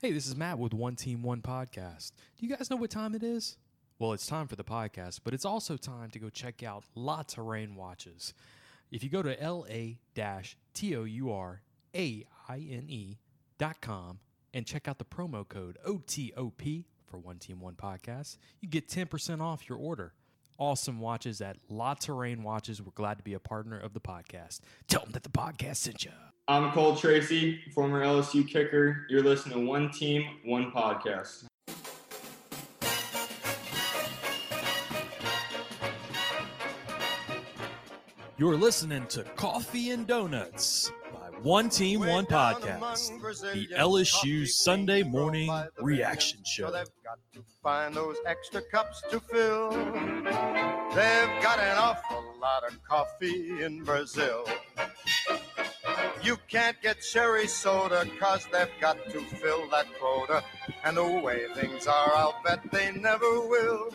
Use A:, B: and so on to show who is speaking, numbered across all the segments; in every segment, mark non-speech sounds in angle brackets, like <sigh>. A: Hey, this is Matt with One Team One Podcast. Do you guys know what time it is? Well, it's time for the podcast, but it's also time to go check out La Terrain Watches. If you go to la-touraine E dot com and check out the promo code OTOP for One Team One Podcast, you get 10% off your order. Awesome watches at La Terrain Watches. We're glad to be a partner of the podcast. Tell them that the podcast sent you.
B: I'm Cole Tracy, former LSU kicker. You're listening to One Team, One Podcast.
C: You're listening to Coffee and Donuts by One Team One Podcast, the LSU Sunday morning reaction
D: So
C: show.
D: they've got to find those extra cups to fill. They've got an awful lot of coffee in Brazil. You can't get cherry soda because they've got to fill that quota. And the way things are, I'll bet they never will.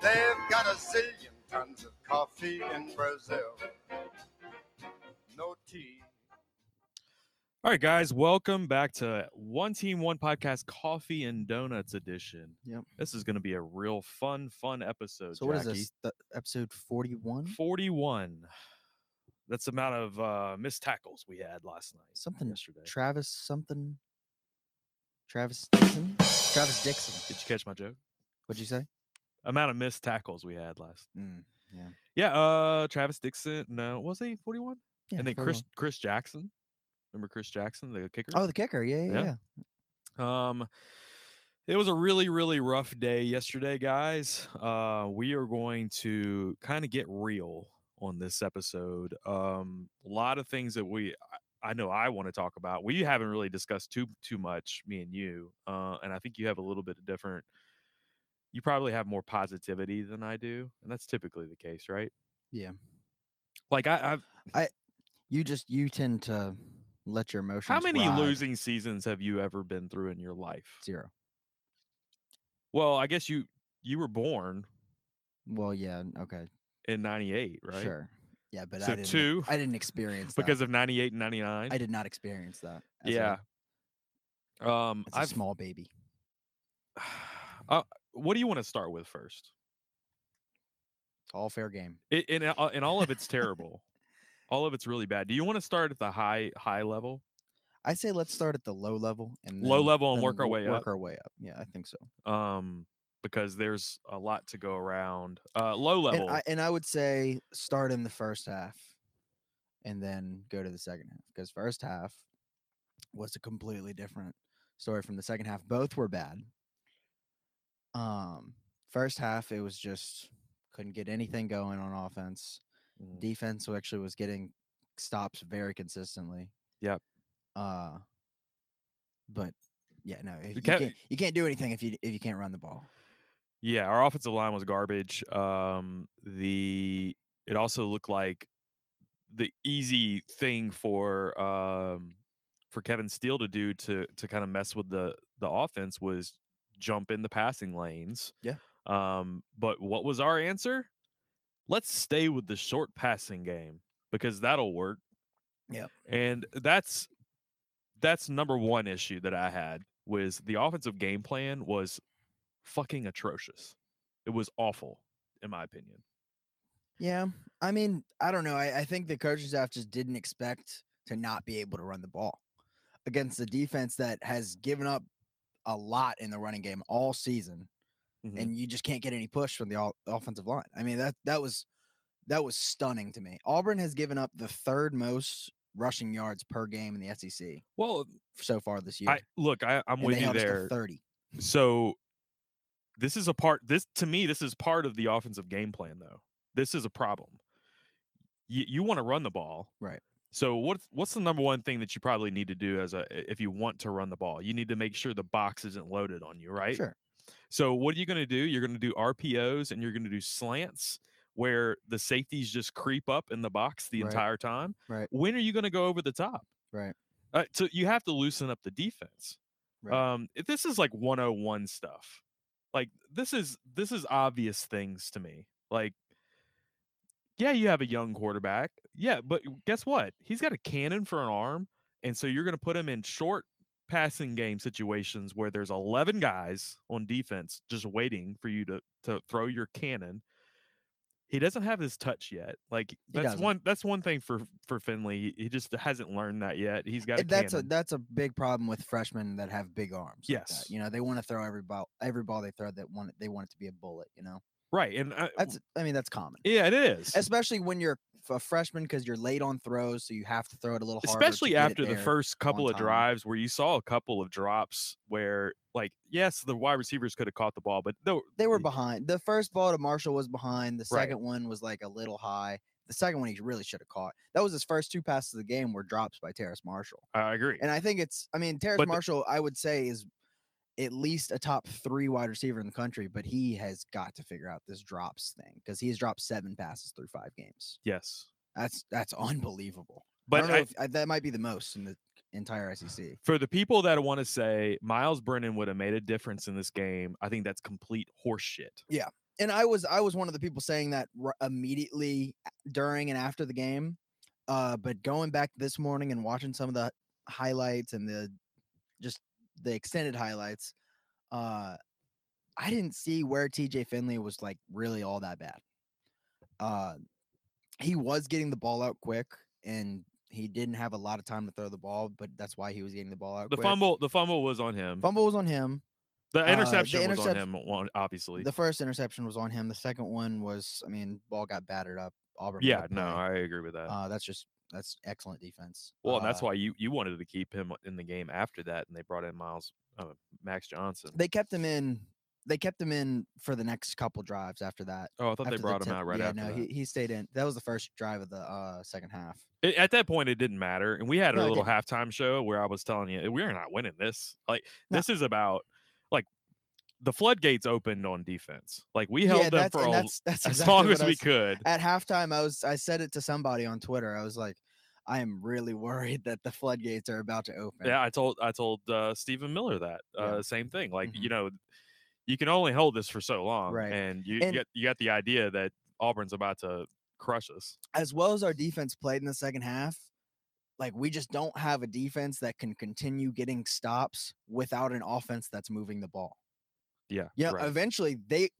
D: They've got a zillion tons of coffee in Brazil. No tea.
C: All right, guys, welcome back to One Team One Podcast Coffee and Donuts edition.
E: Yep.
C: This is going to be a real fun, fun episode.
E: So what is
C: Jackie.
E: this? Hmm? The episode forty-one?
C: 41. That's the amount of uh, missed tackles we had last night.
E: Something
C: yesterday.
E: Travis something. Travis Dixon. Travis Dixon.
C: Did you catch my joke?
E: What'd you say?
C: Amount of missed tackles we had last.
E: Mm, yeah.
C: Yeah, uh, Travis Dixon. No, was he 41?
E: yeah.
C: and then
E: 41.
C: Chris Chris Jackson. Remember Chris Jackson, the kicker?
E: Oh, the kicker. Yeah, yeah,
C: Yeah.
E: yeah.
C: Um, it was a really, really rough day yesterday, guys. Uh, we are going to kind of get real on this episode. Um, a lot of things that we, I- I know, I want to talk about. We haven't really discussed too too much, me and you. Uh, and I think you have a little bit of different. You probably have more positivity than I do, and that's typically the case, right?
E: Yeah.
C: Like I, I've
E: You just you tend to let your emotions.
C: how many
E: ride.
C: losing seasons have you ever been through in your life?
E: Zero.
C: Well, I guess you you were born
E: Well, yeah. Okay.
C: in 98, right?
E: Sure. Yeah, but
C: So
E: I didn't.
C: two,
E: I
C: <laughs>
E: didn't experience that.
C: Because of 98 and 99.
E: I did not experience that. as a-
C: yeah. Um
E: as a
C: I've
E: small baby.
C: <sighs> uh, what do you want to start with first?
E: It's all fair game.
C: It, and uh, and all of it's terrible. all of it's really bad. Do you want to start at the high high level?
E: I say let's start at the low level and
C: Low
E: then-
C: level and
E: then
C: work our
E: wo-
C: way
E: work
C: up.
E: our way up. Yeah, I think so.
C: Um because there's a lot to go around. Uh low level.
E: And I, and I would say start in the first half and then go to the second half because first half was a completely different story from the second half. Both were bad. Um, first half it was just couldn't get anything going on offense.
C: Mm.
E: Defense wa- actually was getting stops very consistently.
C: Yep.
E: Uh, but yeah, no, if you
C: can't-
E: can't you can't do anything if you if you can't run the ball.
C: Yeah, our offensive line was garbage. Um, the it also looked like the easy thing for um, for Kevin Steele to do to to kind of mess with the the offense was jump in the passing lanes.
E: Yeah.
C: Um, but what was our answer? Let's stay with the short passing game because that'll work.
E: Yep.
C: And that's that's number one issue that I had was the offensive game plan was fucking atrocious. It was awful, in my opinion.
E: Yeah. I mean, I don't know. I, I think the coaching staff just didn't expect to not be able to run the ball against the defense that has given up a lot in the running game all season
C: Mhm.
E: and you just can't get any push from the o- offensive line. I mean, that that was that was stunning to me. Auburn has given up the third most rushing yards per game in the SEC
C: Well,
E: so far this year.
C: I look, I, I'm
E: and
C: with
E: they
C: you
E: held us to
C: there.
E: 30.
C: So this is a part this to me, this is part of the offensive game plan though. This is a problem. You you want to run the ball.
E: Right.
C: So what's what's the number one thing that you probably need to do as a if you want to run the ball? You need to make sure the box isn't loaded on you, right?
E: Sure.
C: So what are you going to do? You're going to do RPOs and you're going to do slants where the safeties just creep up in the box the
E: Right.
C: entire time.
E: Right.
C: When are you going to go over the top?
E: Right.
C: Uh, so you have to loosen up the defense.
E: Right.
C: Um, if this is like 101 stuff. Like this is this is obvious things to me. Like yeah, you have a young quarterback. Yeah, but guess what? He's got a cannon for an arm, and so you're going to put him in short passing game situations where there's 11 guys on defense just waiting for you to to throw your cannon. He doesn't have his touch yet. Like that's
E: doesn't.
C: one that's one thing for for Finley. He, he just hasn't learned that yet. He's got a
E: Uh, that's
C: cannon.
E: a that's a big problem with freshmen that have big arms. like that.
C: Yes.
E: you know they want to throw every ball every ball they throw that want they want it to be a bullet. You know
C: right. And I,
E: that's I mean that's common,
C: yeah, it is.
E: especially when you're a freshman because you're late on throws, so you have to throw it a little harder. to
C: especially
E: get it
C: after the
E: there.
C: first couple of
E: time.
C: drives where you saw a couple of drops where like yes the wide receivers could have caught the ball but no
E: They were
C: y-
E: behind. The first ball to Marshall was behind. The
C: Mm. Right.
E: second one was like a little high. The second one he really should have caught. That was his first two passes of the game were drops by Terrace Marshall.
C: i agree
E: And I think it's, I mean, Terrace
C: But the-
E: Marshall, I would say, is at least a top three wide receiver in the country, but he has got to figure out this drops thing because he's dropped seven passes through five games.
C: yes
E: That's that's <laughs> unbelievable. I
C: but
E: don't know
C: I,
E: if, I, that might be the most in the entire E SEC.
C: for the people that want to say miles brennan would have made a difference in this game i think that's complete horseshit
E: And I was I was one of the people saying that r- immediately a- during and after the game, uh, but going back this morning and watching some of the highlights and the just the extended highlights, uh, I didn't see where TJ Finley was like really all that bad. Uh, he was getting the ball out quick, and he didn't have a lot of time to throw the ball, but that's why he was getting the ball out.
C: the
E: quick.
C: fumble the fumble was on him
E: fumble was on him.
C: the
E: uh, the
C: interception was on
E: intercept-
C: him on, obviously
E: The first interception was on him. The second one was, I mean, ball got battered up. Auburn. made
C: yeah
E: a
C: no
E: play.
C: i agree with that
E: Uh, that's just that's excellent defense.
C: well and that's
E: Uh,
C: why you you wanted to keep him in the game after that and they brought in miles uh, max johnson
E: they kept him in. They kept him in for the next couple drives after that.
C: oh i thought they
E: after the
C: brought him
E: tip-
C: out right
E: yeah,
C: after
E: no,
C: that.
E: he he stayed in. That was the first drive of the uh, second half.
C: It, at that point, it didn't matter, and we had
E: No,
C: a
E: it
C: little halftime show where I was telling you we are not winning this. Like
E: No.
C: this is about like the floodgates opened on defense. Like we held
E: yeah,
C: them
E: that's,
C: for
E: and
C: all,
E: that's,
C: <laughs>
E: that's
C: as
E: exactly
C: long
E: what
C: as
E: I
C: we
E: was- <laughs>
C: could.
E: At halftime, I was I said it to somebody on Twitter. I was like, I am really worried that the floodgates are about to open.
C: Yeah, I told I told uh, Stephen Miller that
E: Yeah.
C: uh, same thing. Like
E: Mhm.
C: you know, you can only hold this for so long,
E: Right.
C: and you,
E: And-
C: you got you got the idea that Auburn's about to crush us.
E: as well as our defense played in the second half, like we just don't have a defense that can continue getting stops without an offense that's moving the ball.
C: Yeah,
E: Yeah,
C: right.
E: eventually they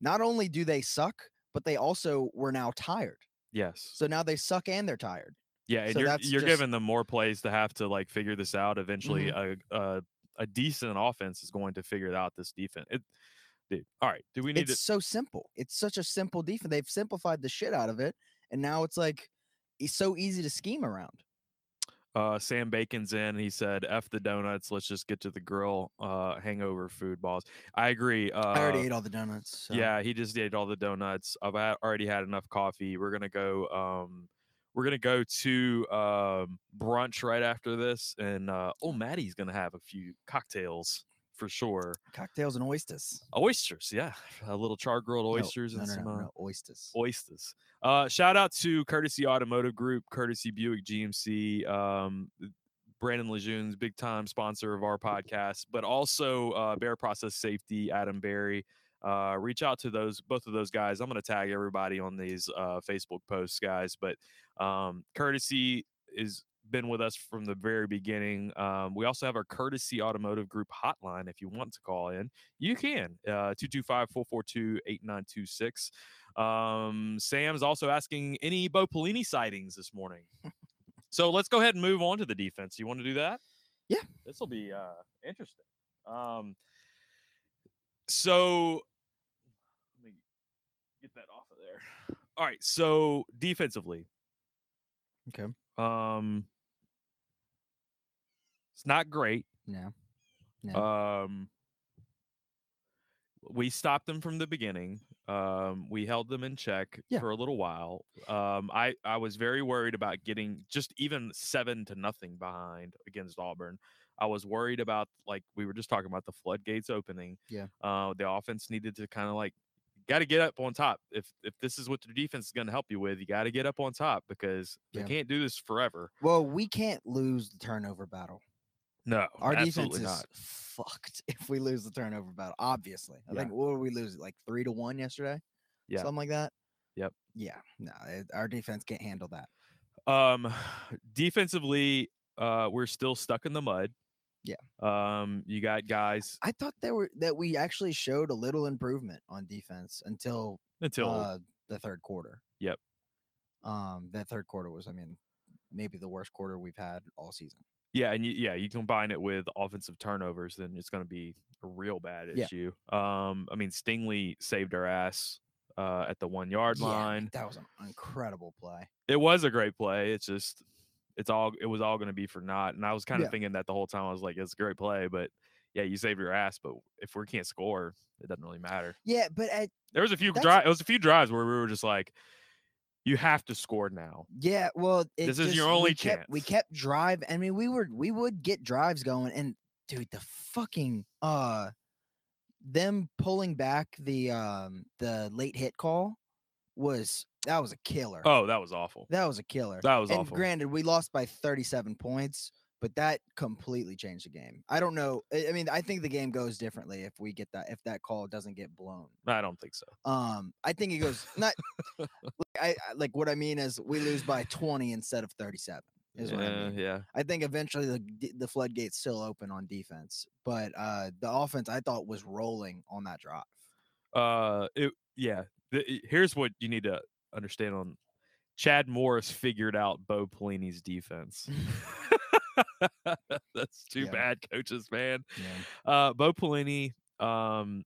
E: not only do they suck, but they also were now tired.
C: yes,
E: So now they suck and they're tired.
C: Yeah, and
E: So
C: you're
E: that's
C: you're
E: just-
C: giving them more plays to have to like figure this out. Eventually,
E: Mm-hmm.
C: a, a a decent offense is going to figure out this defense. It, dude, all right. Do we need
E: It's so simple. It's such a simple defense. They've simplified the shit out of it, and now it's like it's so easy to scheme around.
C: to? Uh, Sam Bacon's in. He said, "F the donuts. Let's just get to the grill. Uh, hangover food balls." I agree. Uh,
E: I already ate all the donuts. so-
C: Yeah, he just ate all the donuts. I've had, already had enough coffee. We're gonna go. Um, we're gonna go to um, brunch right after this, and uh, oh, Maddie's gonna have a few cocktails for sure.
E: cocktails and oysters.
C: oysters yeah <laughs> a little char grilled
E: No,
C: oysters
E: no,
C: and
E: no,
C: some
E: no,
C: uh,
E: no, oysters.
C: oysters uh shout out to courtesy automotive group courtesy buick gmc um th- brandon lejeune's big time sponsor of our podcast but also uh bear process safety adam barry uh reach out to those both of those guys i'm gonna tag everybody on these uh facebook posts guys but um courtesy is been with us from the very beginning. Um, we also have our courtesy automotive group hotline. If you want to call in, you can uh, 225 442 8926. Um, Sam's also asking any Bo Pelini sightings this morning. so let's go ahead and move on to the defense. You want to do that?
E: Yeah.
C: This will be uh, interesting. Um, so let me get that off of there. All right. So defensively,
E: Okay.
C: um, it's not great.
E: Yeah. Yeah.
C: Um, we stopped them from the beginning. Um, we held them in check
E: Yeah.
C: for a little while. Um, I I was very worried about getting just even seven to nothing behind against Auburn. I was worried about like we were just talking about the floodgates opening.
E: Yeah.
C: Uh, the offense needed to kind of like got to get up on top. If if this is what the defense is going to help you with, you got to get up on top because
E: Yeah.
C: they can't do this forever.
E: Well, we can't lose the turnover battle.
C: No,
E: Our defense
C: Oh, absolutely
E: is
C: not.
E: fucked <laughs> if we lose the turnover battle. Obviously, I
C: Yeah.
E: think what did we lose? Like three to one yesterday.
C: Yeah.
E: something like that.
C: Yep.
E: Yeah, no, it, our defense can't handle that.
C: Um, defensively, uh, we're still stuck in the mud.
E: Yeah.
C: Um, you got guys
E: I thought there were that we actually showed a little improvement on defense until
C: until
E: uh, the third quarter.
C: Yep.
E: Um, that third quarter was, I mean, maybe the worst quarter we've had all season.
C: Yeah, and you, yeah, you combine it with offensive turnovers, then it's going to be a real bad
E: Yeah.
C: issue. Um, I mean, Stingley saved our ass uh, at the one yard
E: Yeah,
C: line.
E: That was an incredible play.
C: It was a great play. It's just, it's all, it was all going to be for naught. And I was kind of
E: Yeah.
C: thinking that the whole time. I was like, it's a great play, but yeah, you saved your ass. But if we can't score, it doesn't really matter.
E: Yeah, but at,
C: There was a few
E: That's-
C: drives. It was a few drives where we were just like, you have to score now.
E: yeah, well, it
C: This is your
E: just- we
C: only
E: kept- We
C: chance.
E: kept drive. I mean, we were we would get drives going, and dude, the fucking uh, them pulling back the um the late hit call was that was a killer.
C: Oh, that was awful.
E: That was a killer.
C: That was
E: and
C: awful.
E: granted, we lost by 37 points, but that completely changed the game. I don't know. I I mean, I think the game goes differently if we get that if that call doesn't get blown.
C: I don't think so.
E: Um, I think it goes
C: <laughs>
E: not. like, I I- like what I mean is we lose by 20 instead of 37. Is what I
C: Yeah,
E: mean.
C: yeah.
E: I think eventually the d- the floodgates still open on defense, but uh, the offense I thought was rolling on that drive.
C: uh it, yeah the, i- here's what you need to understand on chad morris figured out bo pelini's defense
E: <laughs>
C: <laughs> that's two
E: Yeah.
C: bad coaches man
E: Yeah.
C: uh bo pelini um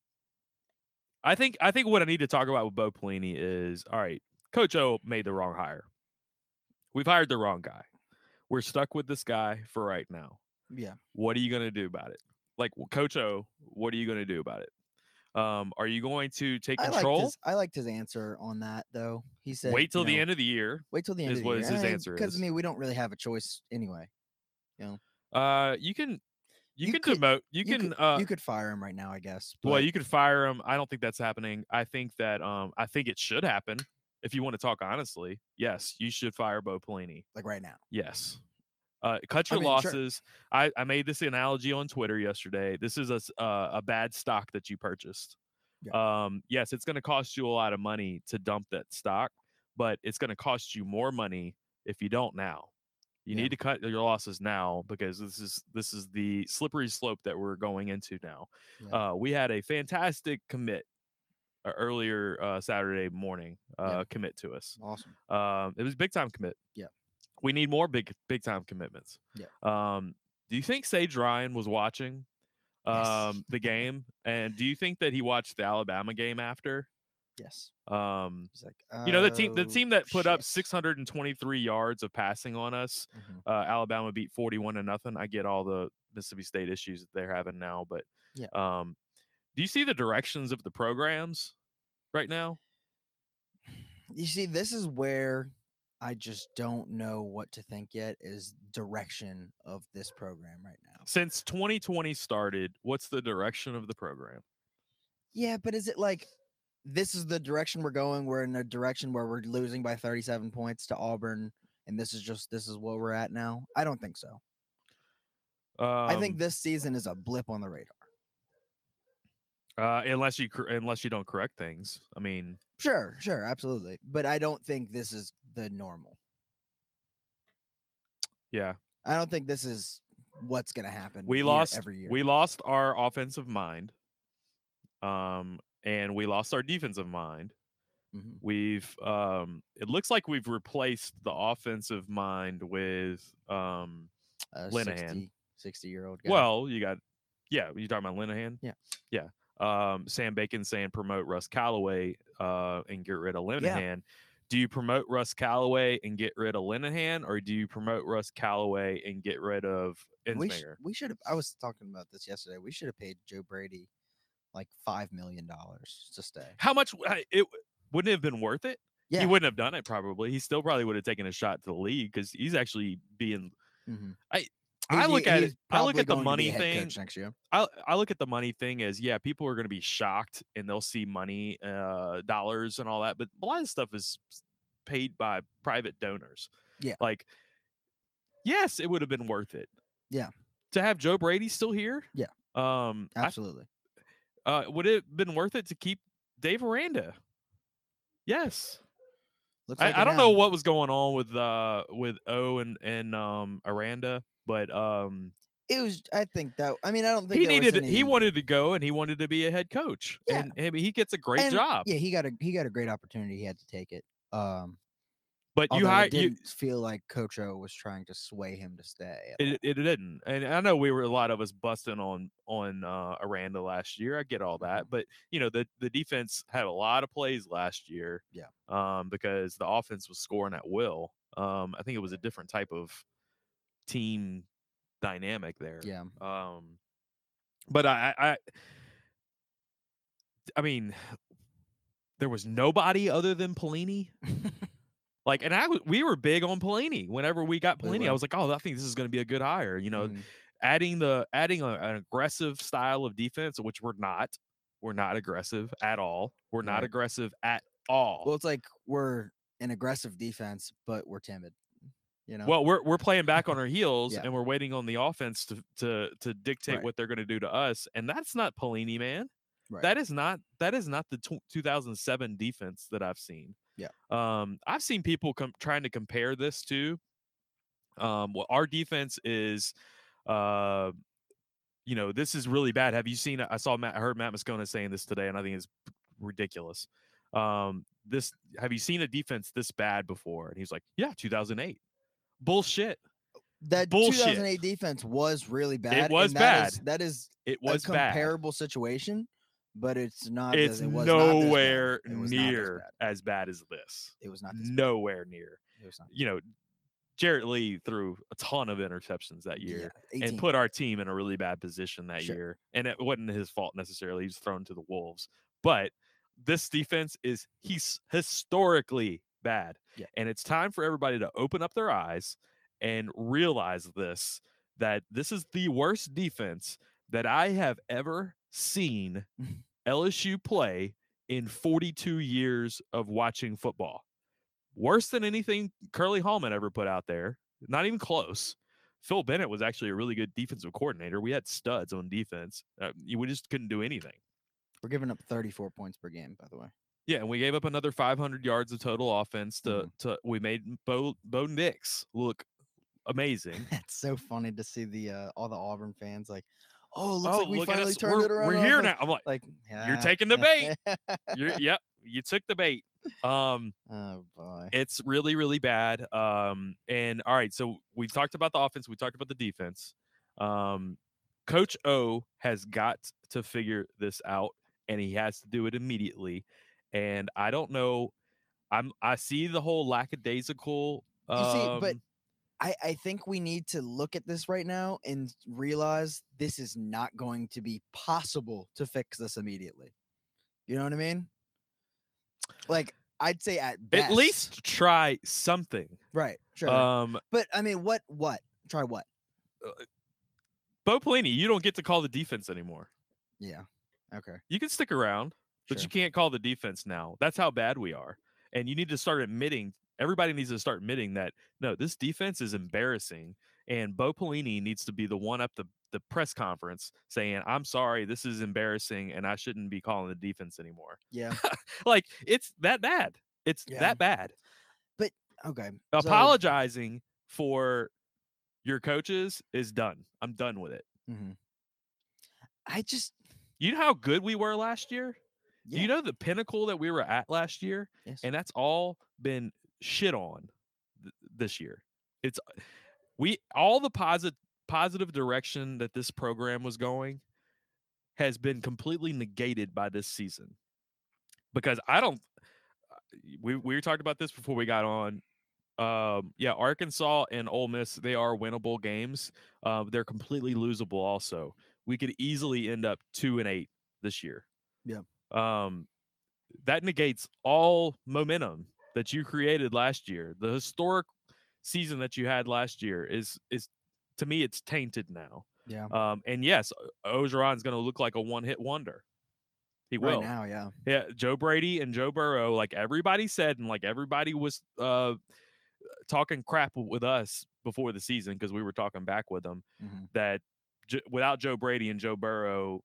C: i think i think what i need to talk about with bo pelini is all right coach o made the wrong hire we've hired the wrong guy we're stuck with this guy for right now
E: Yeah.
C: what are you going to do about it? Like w- Coach O, what are you going to do about it? Um, are you going to take
E: I liked,
C: control?
E: his, I liked his answer on that though. He said,
C: Wait till
E: you
C: the
E: know,
C: end of the year.
E: Wait till the end
C: is
E: of the
C: what
E: year.
C: his answer
E: Because I
C: is.
E: mean, we don't really have a choice anyway.
C: Uh, you can, you,
E: You
C: can
E: could-
C: demote. You,
E: You
C: can.
E: could,
C: uh,
E: you could fire him right now, I guess.
C: well,
E: but
C: you could fire him. I don't think that's happening. I think that. Um, I think it should happen. If you want to talk honestly, yes, you should fire Bo Pelini.
E: like right now.
C: Yes. Uh, cut
E: I
C: your
E: mean, sure.
C: losses. I, I made this analogy on Twitter yesterday. This is a, s- uh, a bad stock that you purchased. Um, yes, it's going to cost you a lot of money to dump that stock, but it's going to cost you more money if you don't now. You
E: Yeah.
C: need to cut your losses now because this is this is the slippery slope that we're going into now.
E: Yeah.
C: Uh, we had a fantastic commit uh, earlier uh, Saturday morning uh, commit to us.
E: Awesome.
C: Um, it was a big time commit.
E: Yep.
C: We need more big big time commitments.
E: Yep.
C: Um, do you think Sage Ryan was watching
E: Yes.
C: um the game? And do you think that he watched the Alabama game after?
E: Yes.
C: Um
E: He's like,
C: you know the team the
E: "Oh,
C: team that put up
E: shit."
C: 623 yards of passing on us
E: Mhm.
C: uh, Alabama beat 41 to nothing. I get all the Mississippi State issues that they're having now, but
E: Yeah.
C: um, do you see the directions of the programs right now?
E: You see, this is where I just don't know what to think yet. Is direction of this program right now?
C: Since 2020 started, what's the direction of the program?
E: Yeah, but is it like this is the direction we're going? We're in a direction where we're losing by 37 points to Auburn, and this is just this is where we're at now. I don't think so.
C: Um,
E: I think this season is a blip on the radar.
C: uh, unless you cor- unless you don't correct things. I mean,
E: Sure, sure, absolutely. But I don't think this is the normal.
C: yeah,
E: I don't think this is what's going to happen.
C: we
E: year-
C: lost
E: every year.
C: we lost our offensive mind, um, and we lost our defensive mind.
E: Mhm.
C: We've um, it looks like we've replaced the offensive mind with um,
E: a
C: Linehan.
E: 60, 60 year old guy.
C: well, you got yeah, you talking about Linehan?
E: Yeah.
C: yeah. Um, Sam Bacon saying promote Russ Callaway uh, and get rid of Linehan. Do you promote Russ Callaway and get rid of Linehan, or do you promote Russ Callaway and get rid of
E: we, sh-
C: Ensminger?
E: we should have. I was talking about this yesterday. We should have paid Joe Brady like five million dollars to stay.
C: How much w- I- it w- wouldn't it have been worth it?
E: Yeah,
C: He wouldn't have done it probably. He still probably would have taken a shot to the league because he's actually being.
E: mhm.
C: I
E: He's-
C: look
E: he-
C: at
E: he's
C: it. I look
E: probably
C: at the
E: going to be
C: money
E: a head
C: thing.
E: coach next year.
C: I, I look at the money thing as yeah, people are going to be shocked and they'll see money, uh, dollars and all that, but a lot of stuff is s- paid by private donors.
E: Yeah.
C: like yes, it would have been worth it.
E: Yeah.
C: to have Joe Brady still here.
E: Yeah.
C: um, I,
E: Absolutely.
C: uh, would it have been worth it to keep Dave Aranda? Yes,
E: Looks
C: I,
E: like
C: I
E: it
C: don't know
E: now.
C: what was going on with uh with O and and um Aranda, but um
E: it was. I think that. I mean, I don't think
C: he
E: there was e
C: needed
E: any-
C: he wanted to go and he wanted to be a head coach
E: Yeah.
C: and I mean, he gets a great
E: and,
C: job
E: Yeah, he got a he got a great opportunity. He had to take it. Um,
C: but you
E: although I
C: hire you
E: didn't feel like Coach O was trying to sway him to stay. at all.
C: it, it didn't and i know we were a lot of us busting on on uh aranda last year i get all
E: Mm-hmm.
C: that but you know the the defense had a lot of plays last year
E: Yeah.
C: um because the offense was scoring at will um i think it was a different type of team dynamic there
E: yeah,
C: um, but I, I, I- I mean, there was nobody other than Pelini. like, and I, w- we were big on Pelini. Whenever we got
E: We
C: Pelini, I
E: were.
C: was like, oh, I think this is going to be a good hire. You know,
E: Mhm.
C: adding the adding a, an aggressive style of defense, which we're not. We're not aggressive at all. We're not
E: Right.
C: aggressive at all.
E: Well, it's like we're an aggressive defense, but we're timid. You know.
C: Well, we're we're playing back on our heels
E: Yeah.
C: and we're waiting on the offense to to to dictate
E: Right.
C: what they're going to do to us, and that's not Pelini, man.
E: Right.
C: That is not that is not the tw 2007 defense that I've seen.
E: Yeah.
C: Um, I've seen people com- trying to compare this to. Um, well, our defense is, uh, you know, this is really bad. Have you seen? I saw Matt. I heard Matt Moscona saying this today, and I think it's ridiculous. Um, this have you seen a defense this bad before? And he's like, yeah, 2008. Bullshit.
E: that
C: bullshit.
E: 2008 defense was really bad.
C: was
E: and that is-
C: bad.
E: that is
C: It
E: a
C: was bad.
E: comparable situation, but it's not. as-
C: It's
E: it was not this bad.
C: nowhere
E: It was not this
C: near
E: bad.
C: as bad as this.
E: It was not. This
C: Nowhere near.
E: bad. It was not.
C: You know, Jarrett Lee threw a ton of interceptions that
E: Yeah,
C: year
E: 18.
C: and put our team in a really bad position that
E: Sure.
C: year. And it wasn't his fault necessarily. He's thrown to the wolves. But this defense is he's historically bad.
E: Yeah.
C: And it's time for everybody to open up their eyes and realize this that this is the worst defense that I have ever
E: <laughs>
C: seen LSU play in 42 years of watching football. Worse than anything Curly Hallman ever put out there. Not even close. Phil Bennett was actually a really good defensive coordinator. We had studs on defense. Uh, y- we just couldn't do anything.
E: We're giving up 34 points per game, by the way. <laughs>
C: Yeah, and we gave up another 500 yards of total offense to
E: Mhm.
C: to we made Bo Bo Nix look amazing.
E: That's so funny to see the uh, all the Auburn fans like, oh, it looks like we
C: look at
E: finally
C: us.
E: turned
C: we're,
E: it around.
C: We're
E: on
C: here
E: offense."
C: now. I'm like,
E: Like
C: you're taking the
E: <laughs>
C: bait. You're, yep, you took the bait. Um,
E: oh boy.
C: it's really really bad um and all right so we talked about the offense we talked about the defense um coach o has got to figure this out and he has to do it immediately and i don't know i'm i see the whole lackadaisical
E: You see,
C: um,
E: but I, I think we need to look at this right now and realize this is not going to be possible to fix this immediately. You know what I mean? Like I'd say at
C: at
E: best,
C: least try something
E: right, sure.
C: um
E: but I mean, what, what? Try what?
C: bo pelini you don't get to call the defense anymore
E: Yeah. Okay.
C: you can stick around but
E: sure.
C: you can't call the defense now. That's how bad we are. And you need to start admitting, everybody needs to start admitting that no, this defense is embarrassing. And Bo Pelini needs to be the one up the, the press conference saying, I'm sorry, this is embarrassing and I shouldn't be calling the defense anymore. <laughs>
E: Yeah.
C: Like it's that bad. It's
E: Yeah.
C: that bad.
E: Okay. so-
C: Apologizing for your coaches is done. I'm done with it.
E: Mhm. I just
C: You know how good we were last year? Do
E: yeah,
C: You know the pinnacle that we were at last year?
E: yes.
C: and that's all been shit on th- this year. It's uh, we all the positive positive direction that this program was going has been completely negated by this season because I don't. uh, We we talked about this before we got on. Um, yeah, Arkansas and Ole Miss they are winnable games. Uh, they're completely losable. Also, we could easily end up two and eight this year.
E: Yeah.
C: Um, that negates all momentum that you created last year. The historic season that you had last year is is to me it's tainted now.
E: yeah.
C: Um, and yes, O- Ogeron's going to look like a one-hit wonder. He
E: Right
C: will.
E: now, yeah.
C: Yeah, Joe Brady and Joe Burrow, like everybody said, and like everybody was uh talking crap with us before the season because we were talking back with them
E: Mhm.
C: that J- without Joe Brady and Joe Burrow,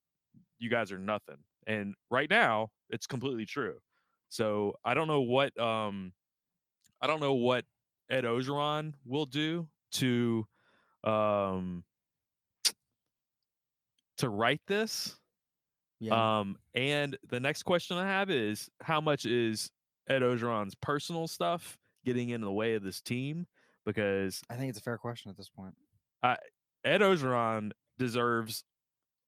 C: you guys are nothing. And right now, it's completely true. So I don't know what um, I don't know what Ed Ogeron will do to um, to write this.
E: Yeah.
C: Um, and the next question I have is how much is Ed Ogeron's personal stuff getting in the way of this team? Because
E: I think it's a fair question at this point.
C: Ed Ogeron deserves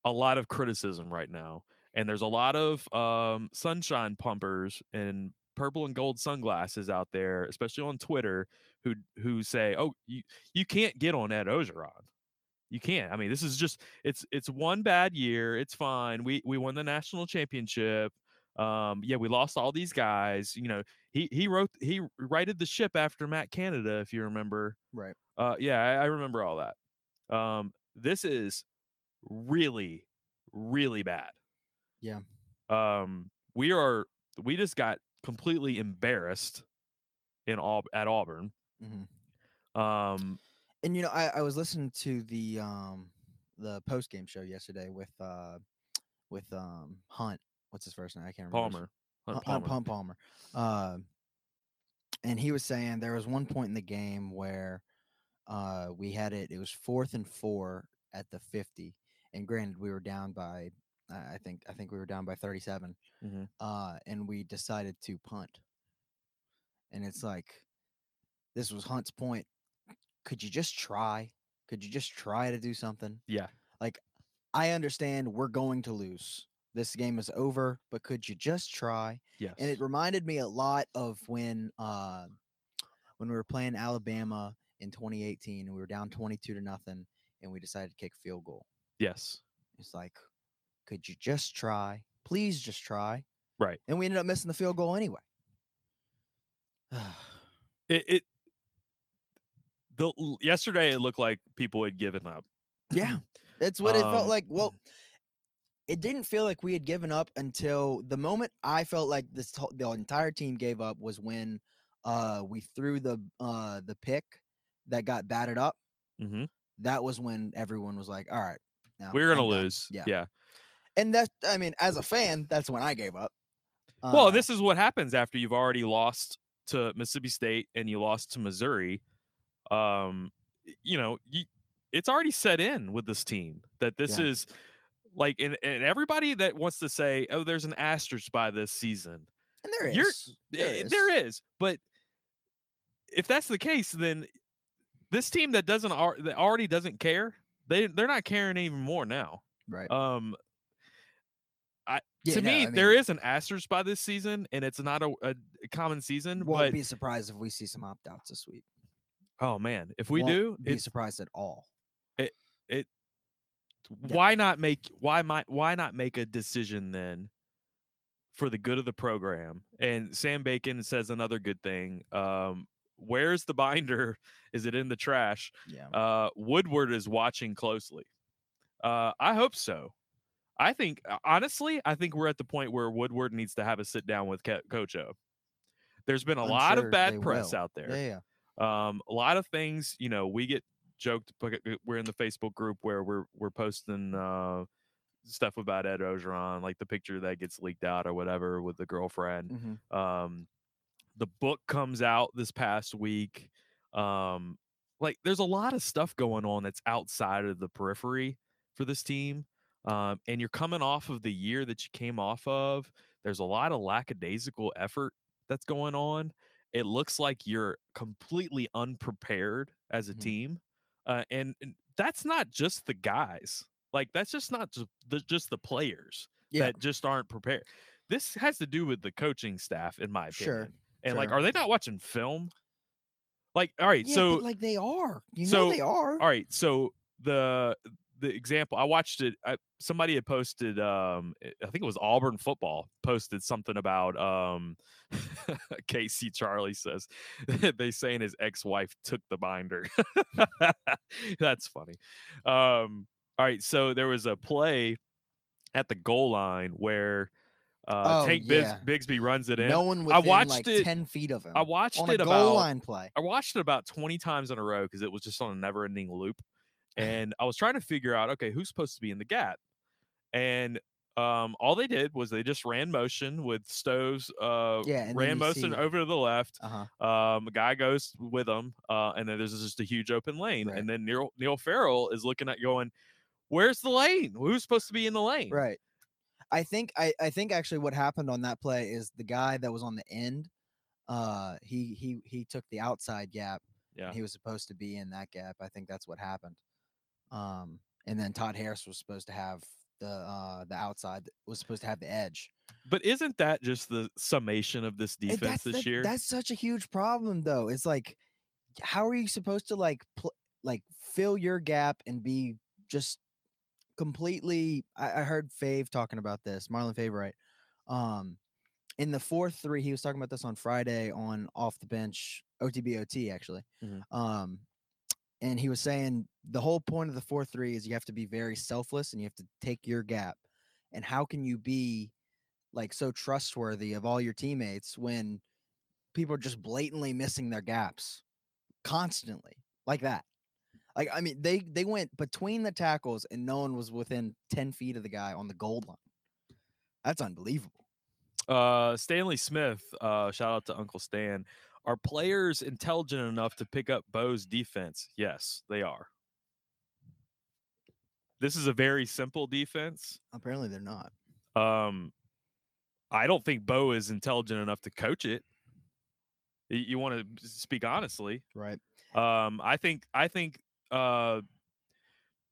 C: a lot of criticism right now. And there's a lot of um, sunshine pumpers and purple and gold sunglasses out there, especially on Twitter, who who say, "Oh, you you can't get on Ed Ogeron. You can't. I mean, this is just it's it's one bad year. It's fine. We we won the national championship. Um, yeah, we lost all these guys. You know, he he wrote he righted the ship after Matt Canada, if you remember.
E: Right.
C: Uh, yeah, I, I remember all that. Um, this is really, really bad.
E: Yeah.
C: Um, we are we just got completely embarrassed in all at Auburn.
E: Mhm.
C: Um,
E: And you know, I, I was listening to the um the post game show yesterday with uh with um Hunt. What's his first name? I can't remember. his-
C: Palmer. Hunt
E: Hunt- Hunt Palmer. Uh, Palmer. Uh, and he was saying there was one point in the game where uh, we had it. It was fourth and four at the fifty, and granted, we were down by uh, I think I think we were down by thirty-seven,
C: Mhm.
E: uh, and we decided to punt. And it's like, this was Hunt's point. Could you just try? Could you just try to do something?
C: Yeah.
E: I understand we're going to lose. This game is over, but could you just try?
C: Yes.
E: and it reminded me a lot of when uh, when we were playing Alabama in 2018 and we were down 22 to nothing and we decided to kick a field goal.
C: yes.
E: It's like, could you just try? Please just try.
C: Right.
E: And we ended up missing the field goal anyway. <sighs>
C: It it the l- yesterday it looked like people had given up.
E: yeah, that's what it felt
C: Um,
E: like. Well, it didn't feel like we had given up until the moment I felt like this t- the entire team gave up was when uh, we threw the uh, the pick that got batted up.
C: hmm
E: that was when everyone was like, "All right, no,
C: We're gonna
E: I'm done."
C: lose.
E: Yeah.
C: yeah.
E: And that's, I mean, as a fan, that's when I gave up.
C: Well,
E: Uh,
C: this is what happens after you've already lost to Mississippi State and you lost to Missouri. Um, y- you know, you, it's already set in with this team that this
E: Yeah.
C: is like, and, and everybody that wants to say, oh, there's an asterisk by this season,
E: and there
C: you're-
E: is,
C: Eh, there is. But if that's the case, then this team that doesn't al- that already doesn't care, they they're not caring even more now.
E: right.
C: Um,
E: Yeah,
C: to
E: no,
C: me,
E: I
C: there
E: mean,
C: is an asterisk by this season, and it's not a, a common season.
E: Won't
C: but
E: be surprised if we see some opt outs this week.
C: Oh man, if we
E: Won't
C: do,
E: be
C: it's
E: surprised at all. yeah.
C: why not make why might why not make a decision then for the good of the program? And Sam Bacon says another good thing. Um, where's the binder? <laughs> Is it in the trash?
E: Yeah,
C: Uh, Woodward is watching closely. Uh, I hope so. I think uh, honestly, I think we're at the point where Woodward needs to have a sit down with Co- Coach O. There's been a
E: I'm
C: lot
E: sure
C: of
E: they
C: bad press
E: will.
C: out there.
E: yeah, yeah.
C: um a lot of things you know we get joked bec- uh, we're in the facebook group where we're we're posting uh stuff about ed ogeron like the picture that gets leaked out or whatever with the girlfriend
E: mhm.
C: um the book comes out this past week um like there's a lot of stuff going on that's outside of the periphery for this team um and you're coming off of the year that you came off of there's a lot of lackadaisical effort that's going on it looks like you're completely unprepared as a
E: Mhm.
C: team uh, and, and that's not just the guys like that's just not just the, just the players
E: Yeah.
C: that just aren't prepared this has to do with the coaching staff in my opinion
E: Sure,
C: and like
E: sure.
C: are they not watching film like all right
E: Yeah,
C: so
E: but, like they are. You
C: so-
E: know they are.
C: all right so the the example i watched it I, somebody had posted um i I think it was auburn football posted something about um <laughs> casey charlie says <laughs> they saying his ex-wife took the binder <laughs> that's funny um all right so there was a play at the goal line where uh
E: Oh,
C: take
E: yeah.
C: bigsby runs it in
E: No one within
C: watched
E: like
C: it-
E: ten feet of him.
C: i watched
E: on
C: it
E: a goal
C: about
E: line play.
C: I watched it about 20 times in a row because it was just on a never ending loop.
E: <laughs>
C: And I was trying to figure out, okay, who's supposed to be in the gap? And um, all they did was they just ran motion with Stoves, uh,
E: Yeah, and then
C: ran
E: you
C: motion
E: see-
C: over to the left.
E: Uh huh.
C: Um, a guy goes with him, uh, and then there's just a huge open lane.
E: Right.
C: And then Neil, Neil Farrell is looking at going, where's the lane? Who's supposed to be in the lane?
E: Right. I think I, I think actually what happened on that play is the guy that was on the end, uh, he he he took the outside gap. and
C: Yeah.
E: He was supposed to be in that gap. I think that's what happened. Um, and then Todd Harris was supposed to have the uh the outside was supposed to have the edge.
C: But isn't that just the summation of this
E: And
C: defense
E: Eh, that's,
C: this
E: that-
C: year?
E: That's such a huge problem, though. It's like, how are you supposed to like pl- like fill your gap and be just completely? I, I heard Fave talking about this, Marlon Fave, right? Um, in the fourth three, he was talking about this on Friday on off the bench OTBOT actually.
C: Mhm.
E: Um, and he was saying the whole point of the four three is you have to be very selfless and you have to take your gap. And how can you be like so trustworthy of all your teammates when people are just blatantly missing their gaps constantly like that like i mean they they went between the tackles and no one was within 10 feet of the guy on the gold line that's unbelievable
C: uh, Stanley Smith, uh, shout out to Uncle Stan. Are players intelligent enough to pick up Bo's defense? Yes, they are. This is a very simple defense.
E: apparently they're not
C: Um, I don't think Bo is intelligent enough to coach it. Y- You want to speak honestly.
E: right
C: Um, I think I think uh,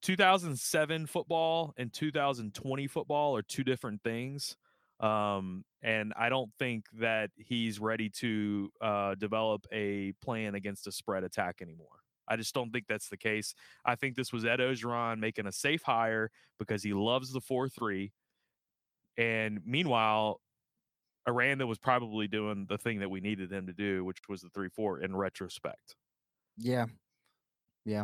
C: 2007 football and 2020 football are two different things. Um, and I don't think that he's ready to uh, develop a plan against a spread attack anymore. I just don't think that's the case. I think this was Ed Ogeron making a safe hire because he loves the 4 3. And meanwhile, Aranda was probably doing the thing that we needed him to do, which was the 3 4 in retrospect.
E: yeah yeah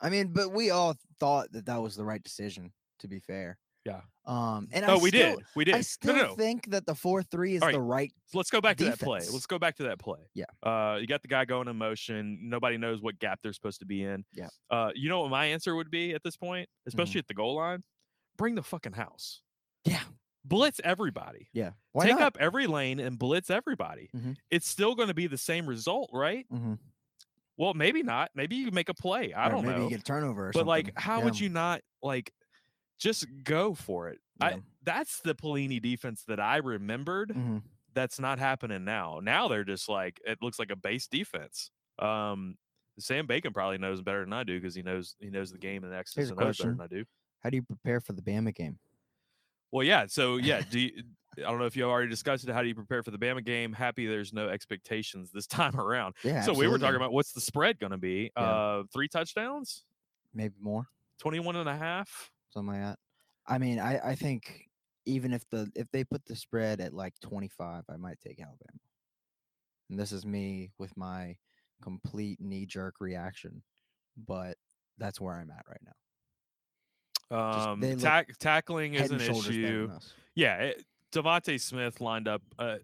E: i mean but we all thought that that was the right decision to be fair
C: Yeah.
E: um and
C: oh,
E: I
C: we
E: still,
C: did. We did.
E: i still
C: no, no, no.
E: think that the 4-3 is
C: All right.
E: the right
C: So let's go back to that play.
E: defense.
C: Let's go back to that play.
E: Yeah.
C: Uh, you got the guy going in motion. Nobody knows what gap they're supposed to be in.
E: Yeah. Mm-hmm.
C: Uh, you know what my answer would be at this point, especially at the goal line? Bring the fucking house.
E: yeah
C: Blitz everybody.
E: yeah why
C: Take
E: not?
C: up every lane and blitz everybody.
E: Mhm.
C: It's still going to be the same result, right?
E: Mhm.
C: Well, maybe not. Maybe you make a play. I
E: Or
C: don't
E: maybe
C: know
E: you get a turnover or
C: but
E: something.
C: like how
E: Yeah.
C: would you not like just go for it I,
E: Yeah.
C: that's the Pelini defense that I remembered.
E: Mhm.
C: That's not happening now. Now they're just like it looks like a base defense. Um, Sam Bacon probably knows better than I do because he knows he knows the game and the X's
E: Here's a
C: and O's better than
E: question.
C: I do.
E: How do you prepare for the Bama game?
C: Well, yeah. So yeah, do you, I don't know if you already discussed it. How do you prepare for the Bama game? Happy there's no expectations this <laughs> time
E: <laughs>
C: around.
E: Yeah.
C: so we were talking
E: absolutely.
C: about what's the spread going to be?
E: Yeah.
C: Uh, three touchdowns,
E: maybe more,
C: 21 and a half.
E: something like that. I mean, I, I think even if the if they put the spread at like twenty five, I might take Alabama. And this is me with my complete knee jerk reaction, but that's where I'm at right now.
C: Um,
E: they look
C: tack, tackling is
E: Head
C: an
E: and shoulders better
C: issue.
E: than us.
C: Yeah, it, Devontae Smith lined up. Uh,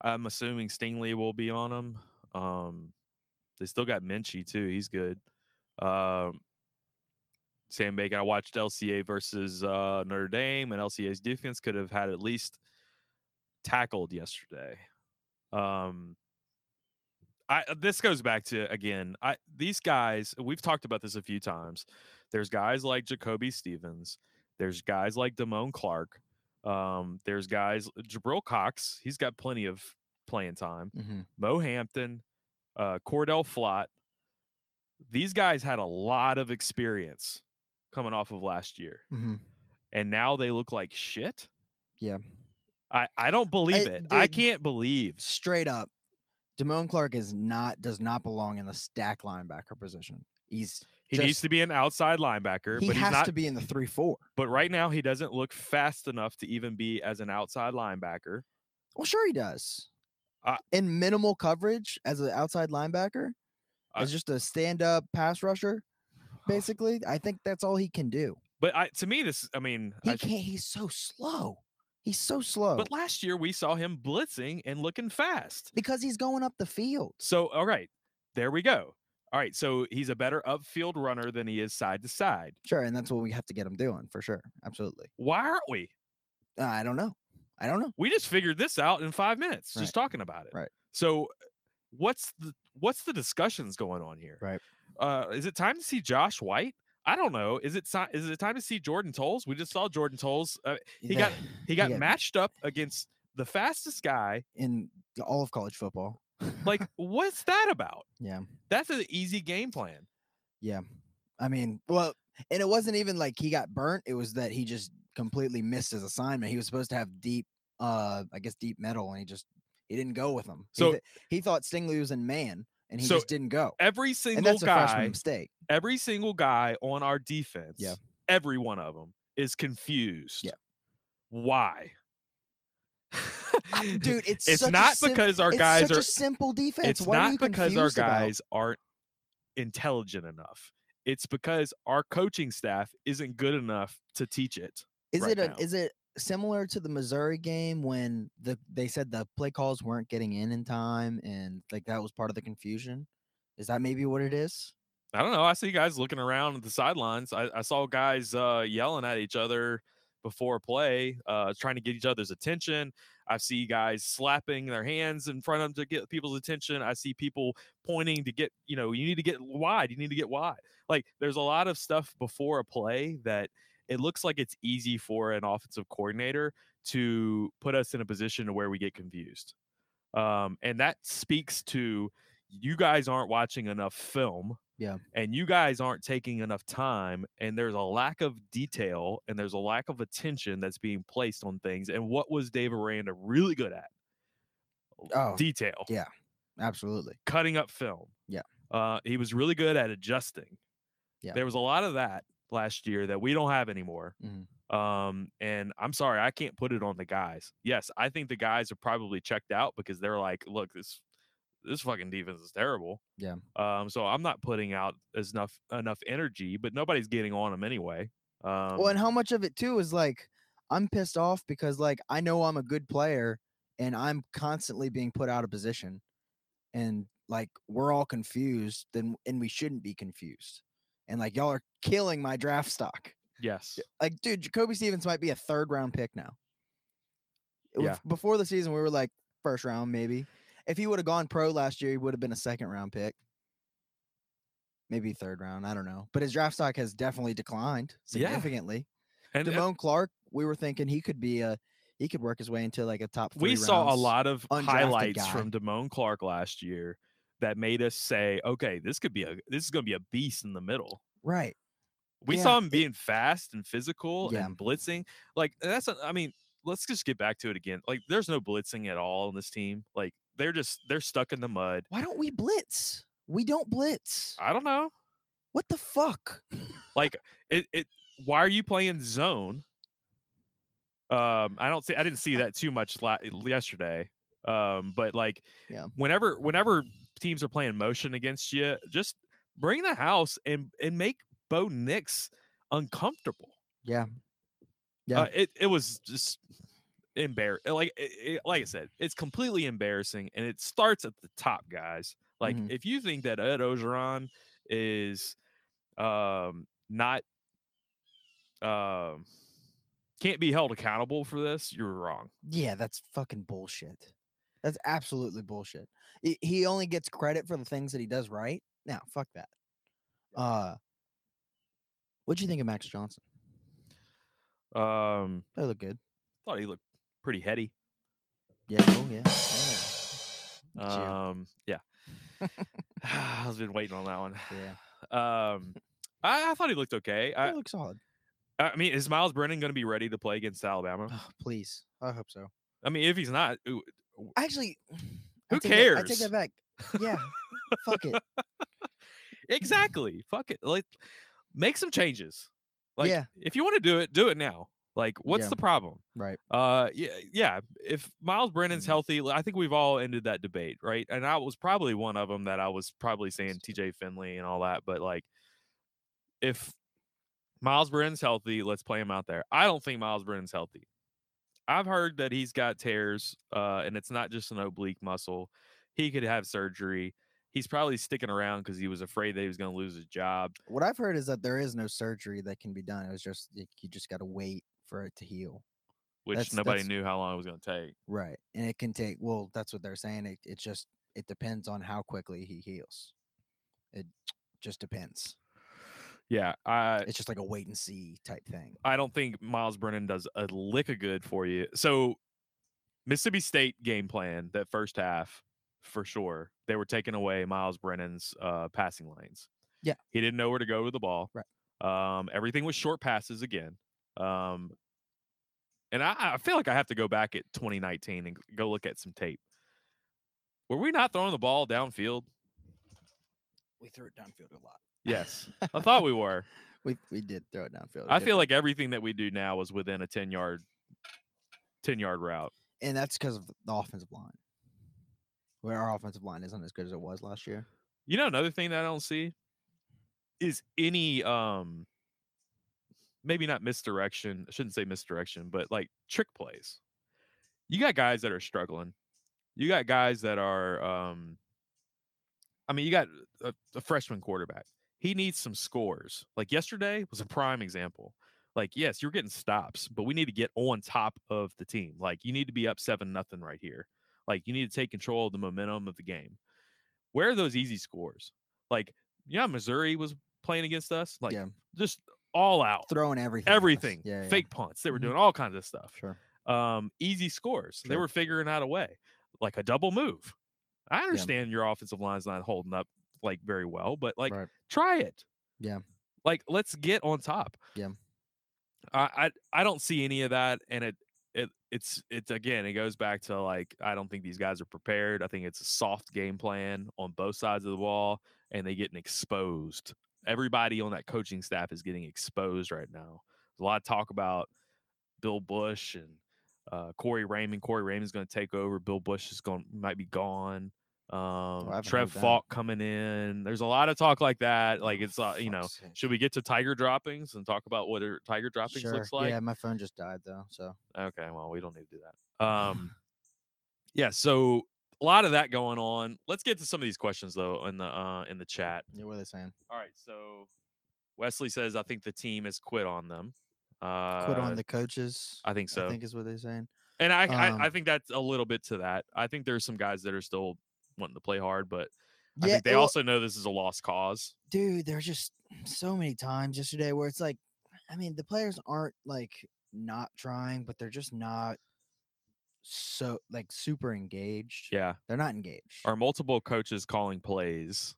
C: I'm assuming Stingley will be on him. Um, they still got Minchie too. He's good. Um, Sam Bacon. I watched LCA versus uh, Notre Dame, and LCA's defense could have had at least tackled yesterday. Um, I uh, this goes back to again. I these guys. We've talked about this a few times. There's guys like Jacoby Stevens. There's guys like Damone Clark. Um, there's guys Jabril Cox. He's got plenty of playing time.
E: Mhm.
C: Mo Hampton, uh, Cordell Flott. These guys had a lot of experience coming off of last year,
E: Mhm.
C: and now they look like shit.
E: Yeah.
C: I, I don't believe
E: I-
C: it. I
E: dude,
C: can't believe.
E: Straight up, Damone Clark is not does not belong in the stack linebacker position. He's
C: He needs
E: just-
C: to be an outside linebacker,
E: he
C: but he's
E: has
C: not.
E: to be in the three four.
C: But right now, he doesn't look fast enough to even be as an outside linebacker.
E: Well, sure he does.
C: I-
E: In minimal coverage as an outside linebacker,
C: I-
E: as just a stand-up pass rusher, basically, I think that's all he can do.
C: But I, to me, this. I mean,
E: He
C: I-
E: can't. He's so slow. He's so slow
C: but last year we saw him blitzing and looking fast.
E: because he's going up the field.
C: So, all right, there we go. All right, so he's a better upfield runner than he is side to side.
E: Sure, and that's what we have to get him doing for sure. Absolutely.
C: Why aren't we?
E: Uh, I don't know. I don't know.
C: We just figured this out in five minutes, just talking about it.
E: right.
C: So, what's the what's the discussions going on here?
E: Right.
C: Uh, is it time to see Josh White? I don't know. Is it si- is it time to see Jordan Tolles? We just saw Jordan Tolles. Uh, he
E: <sighs>
C: got he got
E: Yeah.
C: matched up against the fastest guy.
E: in the- all of college football. <laughs>
C: Like, what's that about?
E: Yeah.
C: That's an easy game plan.
E: Yeah. I mean, well, and it wasn't even like he got burnt. It was that he just completely missed his assignment. He was supposed to have deep, uh, I guess deep metal, and he just he didn't go with him. He
C: So-
E: thi- he, thought Stingley was in man, and he
C: So
E: just didn't go.
C: Every
E: And
C: single
E: that's a freshman
C: guy,
E: mistake.
C: every single guy on our defense, every one of them is confused.
E: Yeah.
C: Why?
E: I-
C: <laughs>
E: dude, it's
C: it's
E: such a
C: not
E: sim-
C: because our
E: it's
C: guys
E: such
C: are
E: a simple defense.
C: it's
E: what are
C: not
E: you
C: because our
E: confused about?
C: guys aren't intelligent enough. It's because our coaching staff isn't good enough to teach it.
E: Is
C: right
E: it a,
C: now.
E: is it similar to the Missouri game when the they said the play calls weren't getting in in time and like that was part of the confusion? Is that maybe what it is?
C: I don't know. I see guys looking around at the sidelines. I, I saw guys uh, yelling at each other before a play, uh, trying to get each other's attention. I see guys slapping their hands in front of them to get people's attention. I see people pointing to get, you know, you need to get wide. You need to get wide. Like there's a lot of stuff before a play that it looks like it's easy for an offensive coordinator to put us in a position to where we get confused. Um, and that speaks to you guys aren't watching enough film and you guys aren't taking enough time and there's a lack of detail and there's a lack of attention that's being placed on things and what was dave aranda really good at
E: Oh,
C: detail
E: yeah. Absolutely.
C: cutting up film
E: Yeah.
C: uh, he was really good at adjusting
E: Yeah.
C: there was a lot of that last year that we don't have anymore
E: Mhm.
C: um, and i'm sorry i can't put it on the guys yes i think the guys are probably checked out because they're like look this this fucking defense is terrible
E: Yeah.
C: Um, so I'm not putting out as enough enough energy, but nobody's getting on them anyway. Um,
E: well, and how much of it too is like I'm pissed off because like I know I'm a good player and I'm constantly being put out of position and like we're all confused then and we shouldn't be confused. And like y'all are killing my draft stock.
C: yes,
E: Like dude, Jacoby Stevens might be a third round pick now. It was-
C: Yeah.
E: Before the season we were like first round maybe. If he would have gone pro last year, he would have been a second round pick. Maybe third round, I don't know. But his draft stock has definitely declined
C: Yeah.
E: significantly.
C: and, and
E: Damone Clark, we were thinking he could be a he could work his way into like a top. Three
C: we saw a
E: rounds.
C: lot of
E: undrafted
C: highlights
E: guy.
C: from Damone Clark last year that made us say, okay, this could be a this is going to be a beast in the middle.
E: right?
C: We
E: Yeah,
C: saw him being fast and physical
E: Yeah.
C: and blitzing. Like that's a- I mean, let's just get back to it again. Like there's no blitzing at all in this team. Like they're just they're stuck in the mud.
E: Why don't we blitz? We don't blitz.
C: I don't know.
E: What the fuck?
C: it, it why are you playing zone um i don't see i didn't see that too much la- yesterday um but like
E: Yeah.
C: whenever whenever teams are playing motion against you just bring the house and and make bo nix uncomfortable
E: Yeah.
C: Uh,
E: Yeah.
C: it, it was just embarrassing like it, it- like i said it's completely embarrassing and it starts at the top guys like
E: Mhm.
C: if you think that ed ogeron is um not um can't be held accountable for this, you're wrong.
E: Yeah, that's fucking bullshit. That's absolutely bullshit. He- He only gets credit for the things that he does right. Now, fuck that. Uh, what'd you think of Max Johnson?
C: Um,
E: They look good.
C: thought he looked pretty heady.
E: Yeah. Oh yeah. yeah. Look at you.
C: Um, yeah, <sighs> I've been waiting on that one.
E: Yeah.
C: Um, I, I thought he looked okay.
E: They
C: I,
E: look solid.
C: I mean, is Miles Brennan going to be ready to play against Alabama?
E: Oh, please, I hope so.
C: I mean, if he's not, ooh,
E: Actually,
C: Who
E: I take that- I
C: cares?
E: take that back. Yeah,
C: <laughs>
E: fuck it.
C: exactly. Fuck it. Like, make some changes. Like,
E: Yeah.
C: if you want to do it, do it now. Like, what's
E: Yeah.
C: the problem?
E: Right.
C: Uh, yeah, yeah. If Miles Brennan's
E: Mm.
C: healthy, l- I think we've all ended that debate, right? And I was probably one of them that I was probably saying T.J. Finley and all that, but like, if Miles Brennan's healthy, let's play him out there. I don't think Miles Brennan's healthy. I've heard that he's got tears, uh, and it's not just an oblique muscle. He could have surgery. He's probably sticking around because he was afraid that he was going to lose his job.
E: What I've heard is that there is no surgery that can be done. It was just like, you just got to wait for it to heal.
C: Which
E: That's-
C: nobody
E: that's-
C: knew how long it was going to take.
E: Right, and it can take. Well, that's what they're saying. It it just it depends on how quickly he heals. It just depends.
C: Yeah, I
E: It's just like a wait and see type thing.
C: I don't think Miles Brennan does a lick of good for you. So Mississippi State game plan that first half for sure. They were taking away Miles Brennan's uh, passing lanes.
E: Yeah.
C: he didn't know where to go with the ball.
E: Right.
C: Um, everything was short passes again. Um, and I, I feel like I have to go back at 2019 and go look at some tape. Were we not throwing the ball downfield?
E: We threw it downfield a lot. <laughs>
C: Yes, I thought we were.
E: We we did throw it downfield.
C: I feel like everything that we do now is within a 10 yard 10 yard route.
E: and that's because of the offensive line. Where our offensive line isn't as good as it was last year.
C: You know another thing that I don't see is any um maybe not misdirection, I shouldn't say misdirection, but like trick plays. You got guys that are struggling. You got guys that are um I mean, you got a, a freshman quarterback. He needs some scores. Like yesterday was a prime example. Like, yes, you're getting stops, but we need to get on top of the team. Like, you need to be up seven nothing right here. Like, you need to take control of the momentum of the game. Where are those easy scores? Like, you know, how Missouri was playing against us. Like,
E: Yeah.
C: just all out,
E: Throwing everything. at us.
C: everything,
E: Yeah, yeah,
C: fake punts. They were
E: Mhm.
C: doing all kinds of stuff
E: Sure.
C: um, easy scores. They
E: Sure.
C: were figuring out a way, like a double move. I understand your offensive line's not holding up like very well, but like
E: Right.
C: try it.
E: Yeah.
C: Like let's get on top.
E: Yeah.
C: I I, I don't see any of that, and it it it's it's again it goes back to like I don't think these guys are prepared. I think it's a soft game plan on both sides of the ball, and they getting exposed. Everybody on that coaching staff is getting exposed right now. There's a lot of talk about Bill Bush and uh, Corey Raymond. Corey Raymond's going to take over. Bill Bush is going might be gone. Um,
E: Oh, haven't
C: Trev
E: heard that.
C: Falk coming in. There's a lot of talk like that. Like it's uh, you know,
E: Fuck's sake.
C: should we get to Tiger droppings and talk about what are Tiger droppings
E: Sure.
C: looks like?
E: Yeah, my phone just died though. So
C: Okay, well, we don't need to do
E: <laughs>
C: that. Um, yeah, so a lot of that going on. Let's get to some of these questions though in the uh, in the chat.
E: yeah, what are they saying?
C: All right, so Wesley says I think the team has quit on them. Uh,
E: Quit on the coaches.
C: I think so,
E: I think is what they're saying.
C: and I, I I
E: um,
C: think that's a little bit to that. I think there's some guys that are still wanting to play hard, but I think they
E: well,
C: also know this is a lost cause.
E: dude, there's just so many times yesterday where it's like, I mean, the players aren't like not trying, but they're just not so like super engaged.
C: Yeah,
E: They're not engaged.
C: are multiple coaches calling plays,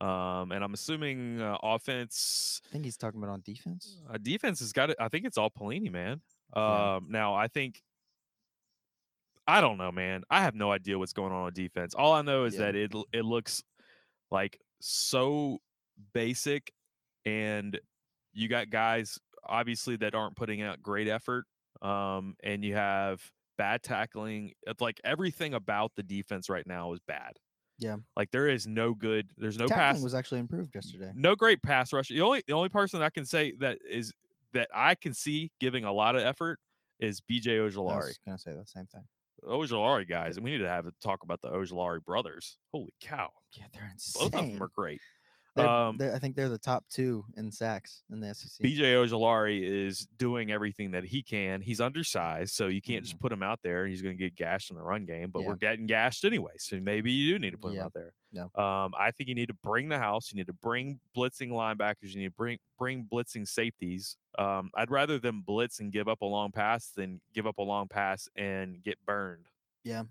C: um, and I'm assuming uh, offense.
E: I think he's talking about on defense.
C: Uh, defense has got it. I think it's all Pelini, man.
E: Yeah.
C: Um, now I think I don't know, man. I have no idea what's going on with defense. All I know is
E: Yeah.
C: that it l- it looks like so basic, and you got guys obviously that aren't putting out great effort, um, and you have bad tackling. It's like everything about the defense right now is bad.
E: Yeah.
C: like there is no good. There's no
E: Tackling
C: pass.
E: was actually improved yesterday.
C: No great pass rush. The only the only person I can say that is that I can see giving a lot of effort is BJ
E: I
C: Ojolari.
E: was gonna say the same thing.
C: Ojolari guys, and we need to have a talk about the Ojolari brothers. Holy cow,
E: Yeah, they're insane.
C: both of them are great.
E: They're-
C: um,
E: they're- I think they're the top two in sacks in the E SEC.
C: BJ Ojolari is doing everything that he can. He's undersized, so you can't just put him out there. He's going to get gashed in the run game, but
E: Mm-hmm. Yeah.
C: we're getting gashed anyway. So maybe you do need to put him
E: Yeah.
C: out there.
E: Yeah.
C: Um, I think you need to bring the house. You need to bring blitzing linebackers. You need to bring bring blitzing safeties. Um, I'd rather them blitz and give up a long pass than give up a long pass and get burned.
E: Yeah.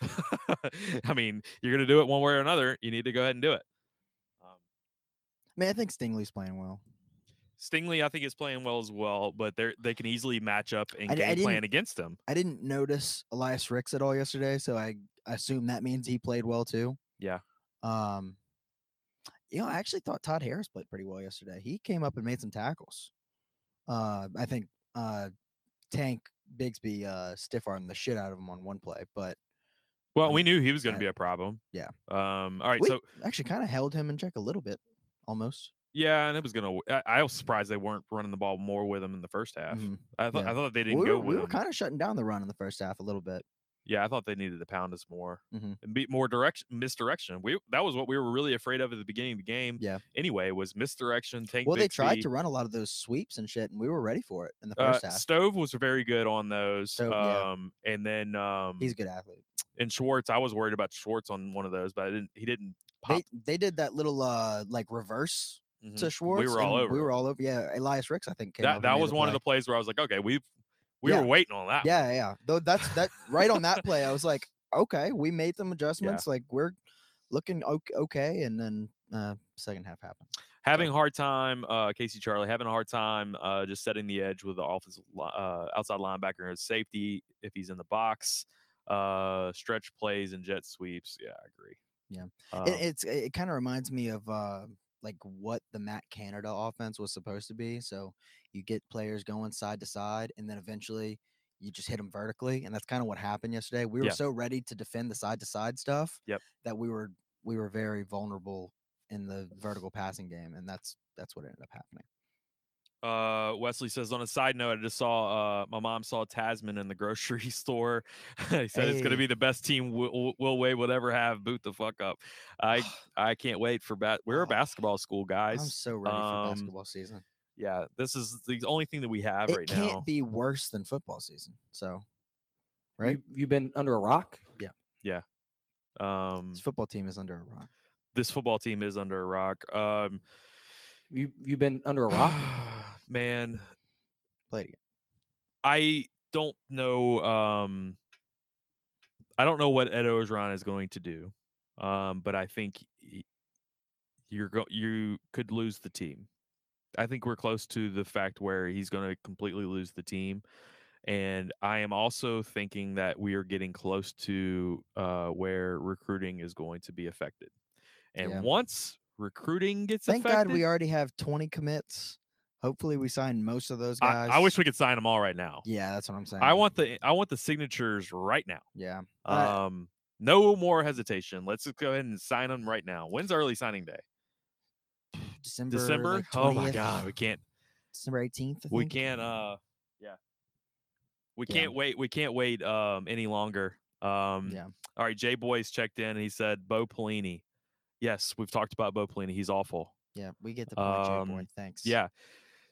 C: <laughs> I mean, you're going to do it one way or another. You need to go ahead and do it. Um,
E: I mean, I think Stingley's playing well.
C: Stingley, I think, is playing well as well, but they they can easily match up and
E: I d- I
C: game plan
E: didn't-
C: against them.
E: I didn't notice Elias Ricks at all yesterday, so I assume that means he played well too.
C: Yeah.
E: Um, you know, I actually thought Todd Harris played pretty well yesterday. He came up and made some tackles. Uh, I think uh, Tank Bigsby uh, stiff armed the shit out of him on one play, but
C: Well,
E: I-
C: we knew he was going
E: I-
C: to be a problem.
E: yeah.
C: Um. All right.
E: We-
C: So
E: actually kind of held him in check a little bit, almost.
C: yeah, and it was going to. I was surprised they weren't running the ball more with him in the first half.
E: Mhm.
C: I thought
E: yeah.
C: I thought they
E: We
C: didn't
E: were,
C: go
E: we
C: with
E: were
C: him.
E: kind of shutting down the run in the first half a little bit.
C: yeah, I thought they needed to pound us more
E: Mhm.
C: and be more direction misdirection. We that was what we were really afraid of at the beginning of the game.
E: Yeah.
C: Anyway, was misdirection. Tank
E: Well, they
C: Bixby.
E: tried to run a lot of those sweeps and shit, and we were ready for it in the
C: Uh,
E: first half.
C: Stove was very good on those.
E: Stove, yeah.
C: um, and then um,
E: He's a good athlete.
C: and Schwartz. I was worried about Schwartz on one of those, but I didn't. He didn't pop
E: They they did that little uh like reverse to Schwartz.
C: Mm-hmm. were all
E: and
C: over
E: We
C: it.
E: were all over. Yeah, Elias Ricks, I think. Came
C: that
E: over
C: that
E: and made
C: was
E: the
C: one of
E: play.
C: the plays where I was like, okay, we we
E: Yeah.
C: were waiting on that.
E: Yeah, yeah. Though that's that right on that play, I was like, okay, we made
C: <laughs>
E: them adjustments. Like we're looking ok- okay, and then uh second half happened.
C: having a hard time, uh, Casey Charlie having a hard time uh, just setting the edge with the offensive li- uh, outside linebacker and safety if he's in the box. Uh, stretch plays and jet sweeps. Yeah, I agree.
E: Yeah. It-
C: Um,
E: it, it's it kind of reminds me of uh like what the Matt Canada offense was supposed to be. So you get players going side to side, and then eventually you just hit them vertically, and that's kind of what happened yesterday. We were
C: Yeah.
E: so ready to defend the side to side stuff
C: Yep.
E: that we were we were very vulnerable in the vertical passing game, and that's that's what ended up happening.
C: Uh, Wesley says on a side note, I just saw uh, my mom saw Tasman in the grocery <laughs> store. he said it's going
E: Hey.
C: to be the best team Will, Will Wade will ever have. Boot the fuck up.
E: <sighs>
C: I I can't wait for bat. We're a
E: Oh,
C: basketball school, guys.
E: I'm so ready
C: um,
E: for basketball season.
C: yeah, this is the only thing that we have
E: It
C: right
E: can't
C: now.
E: be worse than football season. So
F: You, you've been under a rock.
C: um, Mm.
E: this football team is under a rock.
C: this football team is under a rock. Um,
F: You you've been under a rock.
C: <sighs> man,
E: Play it again.
C: I don't know. Um, I don't know what Ed Ogeron is going to do, um, but I think y- you're go- you could lose the team. I think we're close to the fact where he's going to completely lose the team, and I am also thinking that we are getting close to uh, where recruiting is going to be affected. And
E: Yeah.
C: once recruiting gets
E: Thank
C: affected,
E: God we already have 20 commits. Hopefully we sign most of those
C: I,
E: guys.
C: I wish we could sign them all right now.
E: Yeah, that's what I'm saying.
C: I want the I want the signatures right now.
E: Yeah, Uh,
C: Um, no more hesitation. Let's just go ahead and sign them right now. When's early signing day?
E: December.
C: December.
E: like,
C: oh my
E: 20th,
C: God, we can't.
E: December 18th. I
C: We
E: think.
C: can't. Uh, yeah, we
E: Yeah.
C: can't wait. We can't wait um any longer. Um,
E: Yeah.
C: all right. Jay Boyce checked in. and He said Bo Pelini. Yes, we've talked about Bo Pelini. He's awful.
E: Yeah, we get the point, Jay boy.
C: um,
E: Thanks.
C: Yeah.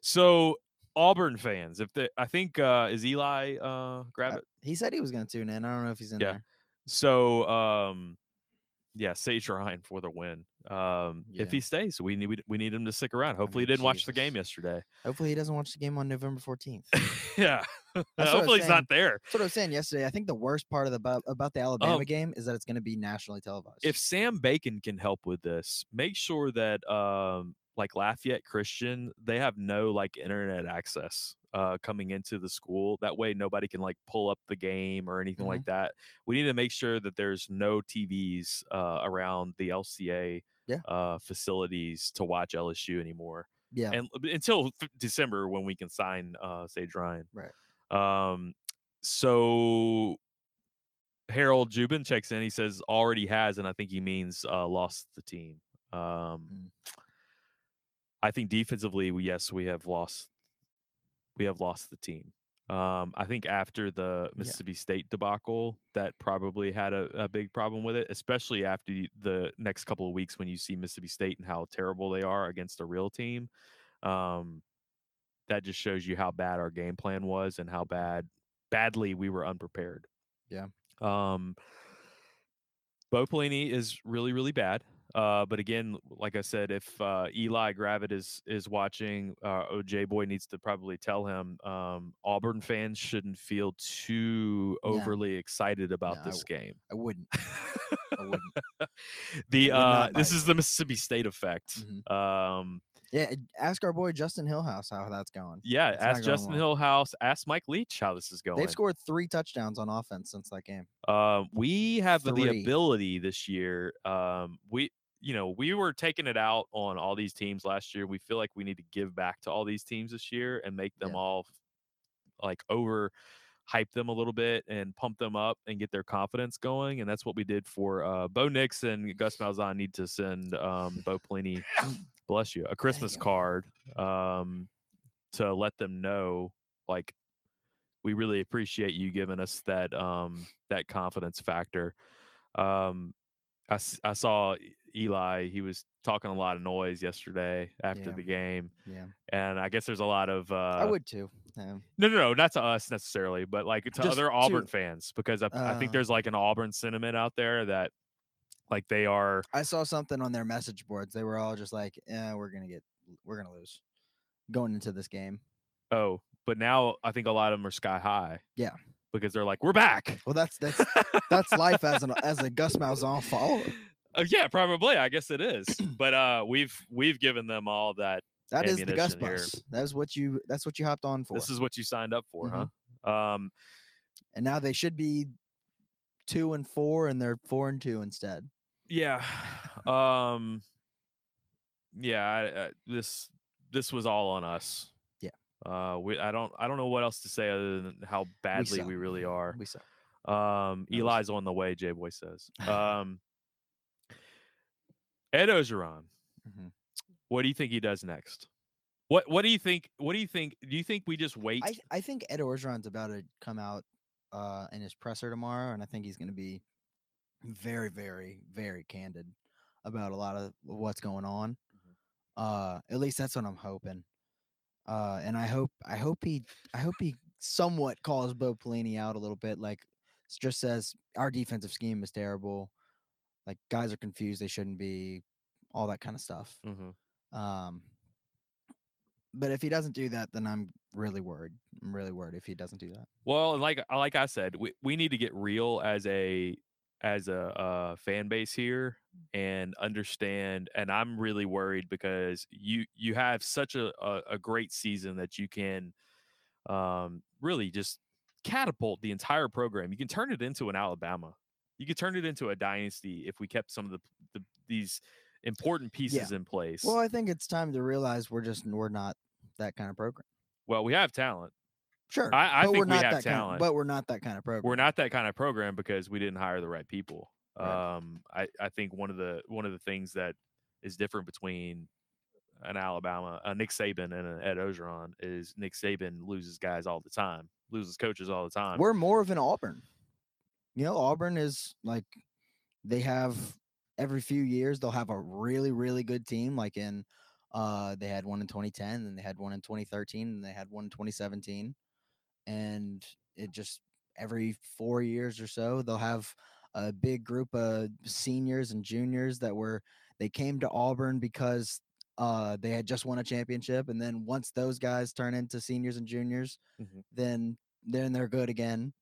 C: So Auburn fans, if they, I think uh is Eli uh grab
E: Uh,
C: it.
E: He said he was going to tune in. I don't know if he's in
C: Yeah.
E: there.
C: So, um, yeah, Sage Ryan for the win. Um,
E: Yeah.
C: If he stays, we need we, we need him to stick around. Hopefully, he
E: mean,
C: didn't watch the game
E: Jesus. <laughs>
C: yesterday. <laughs>
E: Hopefully he doesn't watch the game on November 14th.
C: yeah,
E: was
C: hopefully he's not
E: saying.
C: there.
E: That's what I
C: <laughs>
E: was saying yesterday. I think the worst part of the about, about the
C: Oh.
E: Alabama game is that it's going to be nationally televised.
C: If Sam Bacon can help with this, make sure that um, like Lafayette Christian, they have no like internet access uh, coming into the school. That way, nobody can like pull up the game or anything like that. We need to make sure that there's no TVs uh, around the LCA
E: Yeah.
C: uh, facilities to watch LSU anymore.
E: yeah,
C: and b- until f- December when we can sign uh Sage Ryan.
E: Right.
C: Um so Harold Jubin checks in. He says already has, and I think he means uh lost the team. Um
E: Mm.
C: I think defensively, we- yes, we have lost we have lost the team. Um, I think after the Mississippi State debacle, that probably had a, a big problem with it, especially after y- the next couple of weeks when you see Mississippi State and how terrible they are against a real team. Um, that just shows you how bad our game plan was and how bad, badly we were unprepared.
E: Yeah.
C: Um, Bo Pelini is really, really bad. Uh, but again, like I said, if uh, Eli Gravitt is is watching, uh, OJ Boy needs to probably tell him um, Auburn fans shouldn't feel too
E: No.
C: overly excited about
E: No, I
C: this game. <laughs>
E: I wouldn't. I wouldn't.
C: the
E: would
C: uh,
E: not Mm-hmm. buy
C: this
E: it.
C: is the Mississippi State effect. Um,
E: Yeah, ask our boy Justin Hillhouse how that's going.
C: yeah,
E: It's not
C: ask
E: going
C: Justin
E: well.
C: Hillhouse, ask Mike Leach how this is going.
E: They've scored three touchdowns on offense since that game.
C: Uh, we have the
E: Three.
C: ability this year. Um, we, you know, we were taking it out on all these teams last year. We feel like we need to give back to all these teams this year and make them
E: Yeah.
C: all like over hype them a little bit and pump them up and get their confidence going. And that's what we did for uh, Bo Nix and Gus Malzahn need to send um, Bo
E: <laughs>
C: Pelini, bless you, a Christmas
E: Damn.
C: card um, to let them know like we really appreciate you giving us that um that confidence factor. Um I, s- I saw E- Eli, he was talking a lot of noise yesterday after
E: Yeah.
C: the game.
E: Yeah,
C: And I guess there's a lot of uh
E: I would too. Um,
C: no no no, not to us necessarily, but like to
F: Just
C: other Auburn
F: to-
C: fans because I, I think
E: Uh.
C: there's like an Auburn sentiment out there that like they are
E: I saw something on their message boards. They "Eh, were all just like, "Yeah, we're gonna get we're gonna lose going into this game.
C: Oh, but now I think a lot of them are sky high.
E: Yeah.
C: Because they're like, we're back.
E: Well, that's that's that's life as an as a Gus Malzahn follower.
C: Uh, yeah, probably. I guess it
E: <clears throat>
C: is. But uh, we've we've given them all that.
E: That is the Gus
C: Ammunition here.
E: bus. That is what you that's what you hopped on for.
C: This is what you signed up for,
E: Mhm.
C: huh? Um,
E: and now they should be two and four, and they're four and two instead.
C: yeah <sighs> um yeah I, I, this this was all on us
E: Yeah.
C: uh we i don't i don't know what else to say other than how badly
E: suck.
C: we, really are
E: We suck.
C: um
E: was-
C: eli's on the way j boy
E: <laughs>
C: says um ed ogeron
E: Mhm.
C: what do you think he does next what what do you think what do you think do you think we just wait
E: I I think Ed Orgeron's about to come out uh, in his presser tomorrow, and I think he's going to be very, very, very candid about a lot of what's going on. Uh, at least that's what I'm hoping. Uh, and I hope I hope he I hope he somewhat calls Bo Pelini out a little bit, like s- just says our defensive scheme is terrible, like guys are confused, they shouldn't be, all that kind of stuff.
C: Mhm.
E: Um, but if he doesn't do that, then I'm really worried. I'm really worried if he doesn't do that.
C: Well, and like like I said, we, we need to get real as a as a uh, fan base here and understand. And I'm really worried because you you have such a a, a great season that you can um, really just catapult the entire program. You can turn it into an Alabama. You could turn it into a dynasty if we kept some of the, the these important pieces in place.
E: Well, I think it's time to realize we're just we're not that kind of program.
C: well, we have talent.
E: Sure,
C: I- I
E: but
C: think
E: we're
C: we
E: not
C: have
E: that Kind
C: talent.
E: of, but we're not that kind of program.
C: we're not that kind of program because we didn't hire the right people.
E: Right.
C: Um, I, I think one of the one of the things that is different between an Alabama, a Nick Saban, and an Ed Ogeron is Nick Saban loses guys all the time, loses coaches all the time.
E: We're more of an Auburn. You know, Auburn is like they have every few years they'll have a really really good team. Like in uh, they had one in 2010, and they had one in 2013, and they had one in 2017, and it just every four years or so they'll have a big group of seniors and juniors that were they came to Auburn because uh, they had just won a championship, and then once those guys turn into seniors and juniors,
C: Mhm.
E: then then they're good again.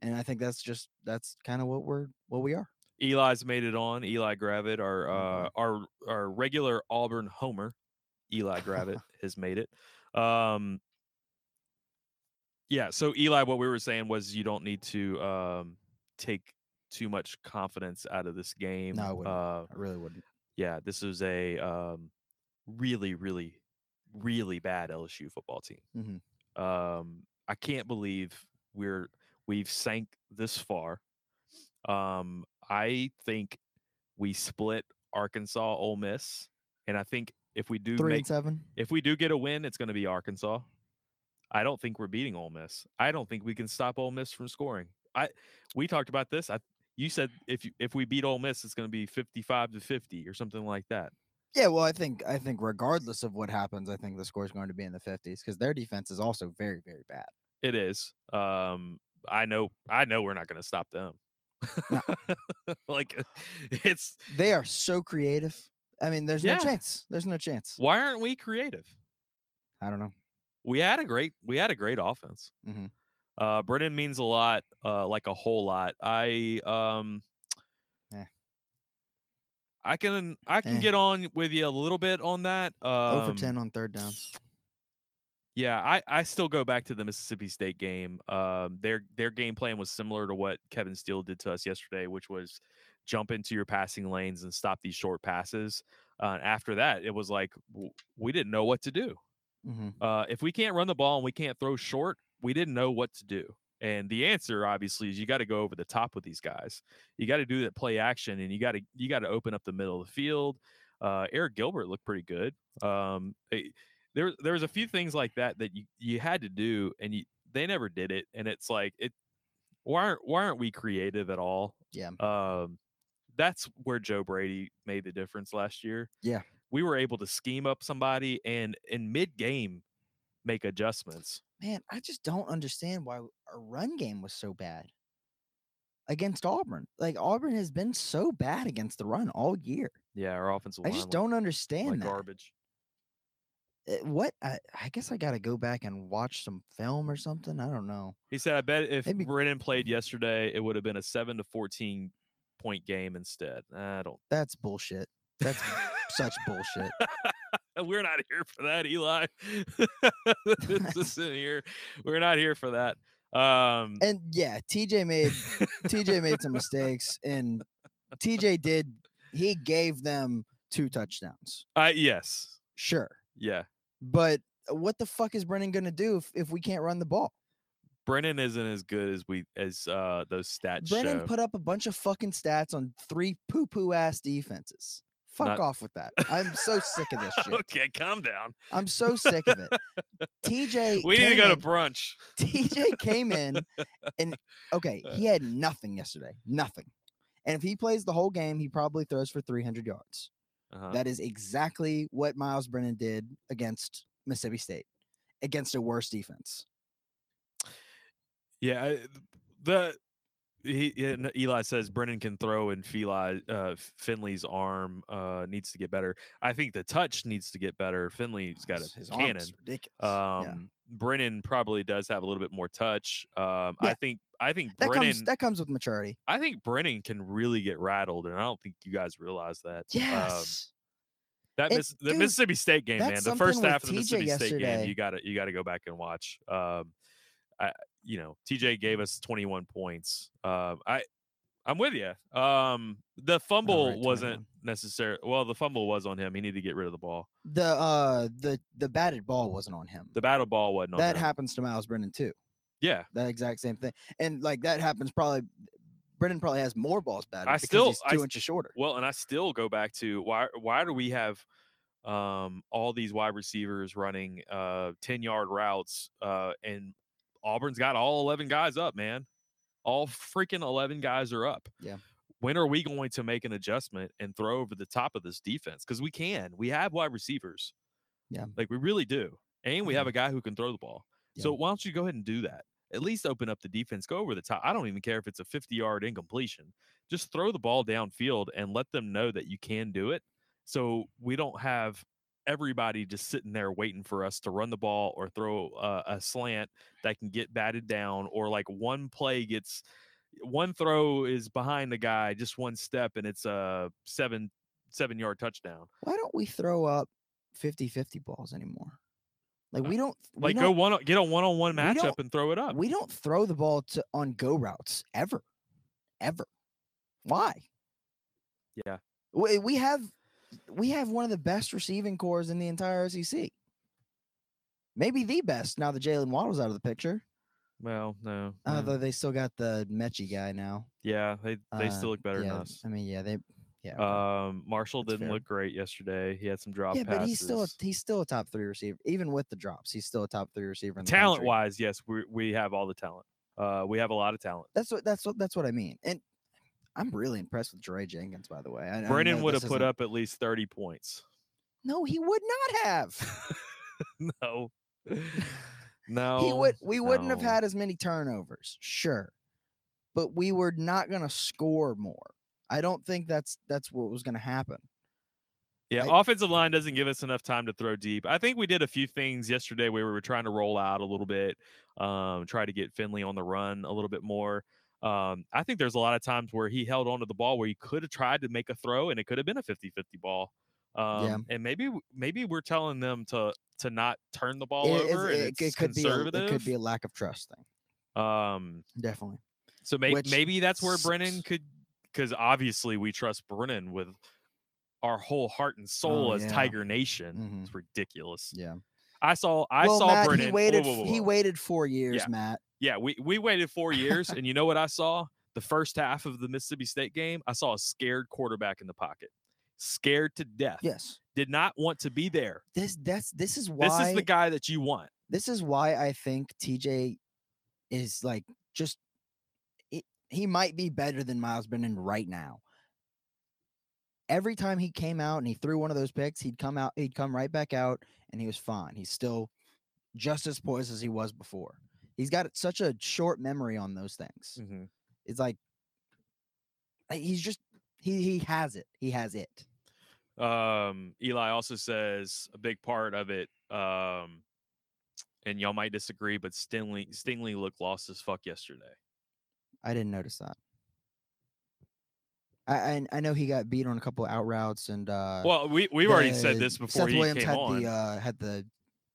E: And I think that's just that's kind of what we're what we are.
C: Eli's made it on. Eli Gravitt, our
E: Mm-hmm.
C: uh, our our regular Auburn homer, Eli
E: <laughs>
C: Gravitt has made it. Um, yeah. So Eli, what we were saying was you don't need to um, take too much confidence out of this game.
E: No, I wouldn't.
C: Uh,
E: I really wouldn't.
C: yeah, this is a um, really, really, really bad LSU football team.
E: Mhm.
C: Um, I can't believe we're we've sank this far. Um, I think we split Arkansas, Ole Miss, and I think if we do
E: Three
C: make
E: and seven.
C: if we do get a win, it's going to be Arkansas. I don't think we're beating Ole Miss. I don't think we can stop Ole Miss from scoring. I we talked about this. I you said if you, if we beat Ole Miss, it's going to be fifty five to fifty or something like that.
E: Yeah, well, I think I think regardless of what happens, I think the score's going to be in the fifties because their defense is also very very bad.
C: It is. Um, I know. I know we're not going to stop them.
E: No.
C: <laughs> like it's
E: They are so creative. I mean, there's
C: Yeah.
E: no chance. There's no chance.
C: why aren't we creative?
E: I don't know.
C: We had a great we had a great offense.
E: Mhm.
C: Uh, Brennan means a lot, uh, like a whole lot. I um,
E: Eh.
C: I can I can
E: Eh.
C: get on with you a little bit on that. Um,
E: Over ten on third downs.
C: Yeah, I, I still go back to the Mississippi State game. Um, their their game plan was similar to what Kevin Steele did to us yesterday, which was jump into your passing lanes and stop these short passes. Uh, after that, it was like w- we didn't know what to do.
E: hmm
C: Uh, if we can't run the ball and we can't throw short, we didn't know what to do. And the answer, obviously, is you got to go over the top with these guys. You got to do that play action, and you got to you got to open up the middle of the field. Uh, Eric Gilbert looked pretty good. Um, eh, there there was a few things like that that you you had to do, and you they never did it. And it's like it why aren't why aren't we creative at all?
E: Yeah.
C: Um, that's where Joe Brady made the difference last year.
E: Yeah.
C: We were able to scheme up somebody and in mid game make adjustments.
E: Man, I just don't understand why our run game was so bad against Auburn. Like Auburn has been so bad against the run all year.
C: Yeah, our offensive
E: I
C: line
E: just
C: looked
E: don't understand
C: like
E: that.
C: garbage.
E: uh, what I, I guess I got to go back and watch some film or something. I don't know.
C: He said, "I bet if
E: Maybe-
C: Brennan played yesterday, it would have been a seven to fourteen point game instead." I don't.
E: That's bullshit.
C: <laughs>
E: That's such bullshit.
C: We're not here for that, Eli. <laughs> this isn't here. We're not here for that. Um,
E: And yeah,
C: <laughs>
E: TJ made TJ made some mistakes, and TJ did. He gave them two touchdowns.
C: I yes,
E: Sure,
C: yeah.
E: but what the fuck is Brennan gonna do if, if we can't run the ball?
C: Brennan isn't as good as we as uh those stats
E: Brennan
C: show.
E: put up a bunch of fucking stats on three poo poo ass defenses. Fuck
C: Not-
E: off with that. I'm so sick
C: <laughs>
E: of this shit.
C: okay, calm down.
E: I'm so sick of it.
C: <laughs>
E: TJ,
C: We need to go to
E: came
C: brunch.
E: in- TJ came in and okay,
C: Uh.
E: he had nothing yesterday, nothing. And if he plays the whole game, he probably throws for 300 yards.
C: Uh-huh.
E: That is exactly what Miles Brennan did against Mississippi State, against a worse defense.
C: Yeah, I- th- the he, yeah, no, Eli says Brennan can throw and Feli, uh, F- Finley's arm uh, needs to get better. I think the touch needs to get better. Finley's got a
E: his
C: cannon.
E: arms ridiculous.
C: Um,
E: yeah.
C: Brennan probably does have a little bit more touch. Um,
E: Yeah.
C: I think I think
E: That
C: Brennan
E: comes that comes with maturity.
C: I think Brennan can really get rattled, and I don't think you guys realize that. Um,
E: Yes.
C: that
E: And,
C: Miss, the
E: dude,
C: Mississippi State game,
E: that's
C: man. The
E: something
C: first
E: with
C: half of the
E: TJ
C: Mississippi State
E: yesterday.
C: game, you got to you got to go back and watch. Um, I, you know, TJ gave us 21 points. Um, I, I'm with you. Um, the fumble wasn't
E: 21.
C: necessary. Well, the fumble was on him. He needed to get rid of the ball.
E: the uh the the batted ball wasn't on him.
C: The battle ball wasn't on
E: that
C: him.
E: happens to Miles Brennan too.
C: Yeah,
E: That exact same thing. And like that happens probably Brennan probably has more balls batted
C: I
E: because
C: still-
E: he's
C: I
E: two
C: s-
E: inches shorter.
C: Well, and I still go back to why why do we have um all these wide receivers running uh 10 yard routes uh and Auburn's got all 11 guys up, man. All freaking 11 guys are up.
E: Yeah.
C: When are we going to make an adjustment and throw over the top of this defense? Cuz we can. We have wide receivers.
E: Yeah.
C: Like we really do. And we have a guy who can throw the ball.
E: Yeah.
C: So why don't you go ahead and do that? At least open up the defense, go over the top. I don't even care if it's a 50 yard incompletion. Just throw the ball downfield and let them know that you can do it. So we don't have everybody just sitting there waiting for us to run the ball or throw a, a slant that can get batted down or like one play gets one throw is behind the guy just one step and it's a seven seven yard touchdown
E: Why don't we throw up 50-50 balls anymore? Like we don't we
C: Uh, like go
E: don't,
C: one get a one-on-one
E: we don't-
C: matchup and throw it up
E: we don't throw the ball to on go routes ever. Ever. Why?
C: yeah
E: We, we have we have one of the best receiving cores in the entire SEC. Maybe the best now that Jalen Waddle's out of the picture.
C: well no yeah.
E: Although they still got Uh, the Mechie guy now.
C: Yeah, they they
E: Uh,
C: still look better
E: yeah,
C: than us.
E: I mean, yeah, they, yeah, okay.
C: Um, Marshall
E: That's
C: didn't
E: fair.
C: look great yesterday. He had some drop
E: yeah,
C: passes.
E: but he's still a, he's still a top three receiver, even with the drops. He's still a top three receiver. In the country.
C: talent wise, yes, we we have all the talent. Uh, we have a lot of talent.
E: that's what that's what that's what I mean. And I'm really impressed with Dre Jenkins, by the way. I- I know
C: Brennan would
E: this
C: have put
E: isn't-
C: up at least thirty points. <laughs>
E: No, he would not have. <laughs>
C: no, no,
E: he would. We wouldn't have
C: no.
E: had as many turnovers, sure, but we were not going to score more. I don't think that's that's what was going to happen.
C: Yeah,
E: I-
C: offensive line doesn't give us enough time to throw deep. I think we did a few things yesterday where we were trying to roll out a little bit, um, try to get Finley on the run a little bit more. Um, I think there's a lot of times where he held onto the ball where he could have tried to make a throw and it could have been a 50-50 ball. Um,
E: Yeah.
C: And maybe w- maybe we're telling them to to not turn the ball
E: It- it-
C: over. and
E: it-
C: it's
E: it could be a,
C: conservative.
E: it could be a lack of trust thing,
C: um,
E: definitely.
C: so maybe
E: which
C: maybe that's where Brennan
E: sucks.
C: could, because obviously we trust Brennan with our whole heart and soul
E: Oh,
C: as
E: yeah.
C: Tiger Nation.
E: Mhm.
C: It's ridiculous.
E: Yeah.
C: I saw I
E: well,
C: saw
E: Matt,
C: Brennan.
E: He
C: whoa,
E: waited.
C: whoa, whoa,
E: He
C: whoa.
E: waited four years,
C: Yeah.
E: Matt.
C: Yeah, we we waited four years, and you know what I saw? The first half of the Mississippi State game, I saw a scared quarterback in the pocket, scared to death.
E: Yes.
C: Did not want to be there.
E: This that's this is why
C: This is the guy that you want.
E: this is why I think TJ is like just it, he might be better than Miles Brennan right now. Every time he came out and he threw one of those picks, he'd come out, he'd come right back out, and he was fine. He's still just as poised as he was before. He's got such a short memory on those
C: Hmm.
E: things. It's like like, he's just he he has it. He has it.
C: Um, Eli also says a big part of it, um, and y'all might disagree, but Stingley Stingley looked lost as fuck yesterday.
E: I didn't notice that. I I, I know he got beat on a couple out routes and uh
C: Well, we we've already said
E: the-
C: this before
E: Seth
C: he
E: Williams
C: came
E: had
C: on.
E: the uh, had the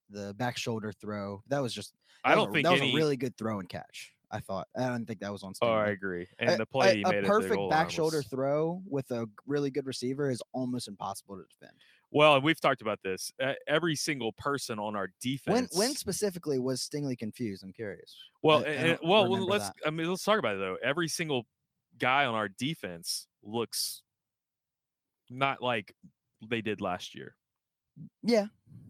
E: the back shoulder throw. That was just
C: I
E: that was
C: don't
E: a-
C: think
E: that
C: any.
E: was a really good throw and catch. I thought I don't think that was on.
C: oh, I
E: Stingley.
C: agree. And
E: a,
C: the
E: a-
C: play he
E: a
C: made at the
E: perfect
C: goal line
E: back
C: was-
E: shoulder throw with a g- really good receiver is almost impossible to defend.
C: Well, and we've talked about this. Uh, every single person on our
E: When
C: defense.
E: when specifically was Stingley confused? I'm curious.
C: well,
E: I- I
C: and- and-
E: don't
C: well, well,
E: remember
C: let's.
E: that.
C: I mean, let's talk about it though. Every single guy on our defense looks not like they did last year.
E: Yeah,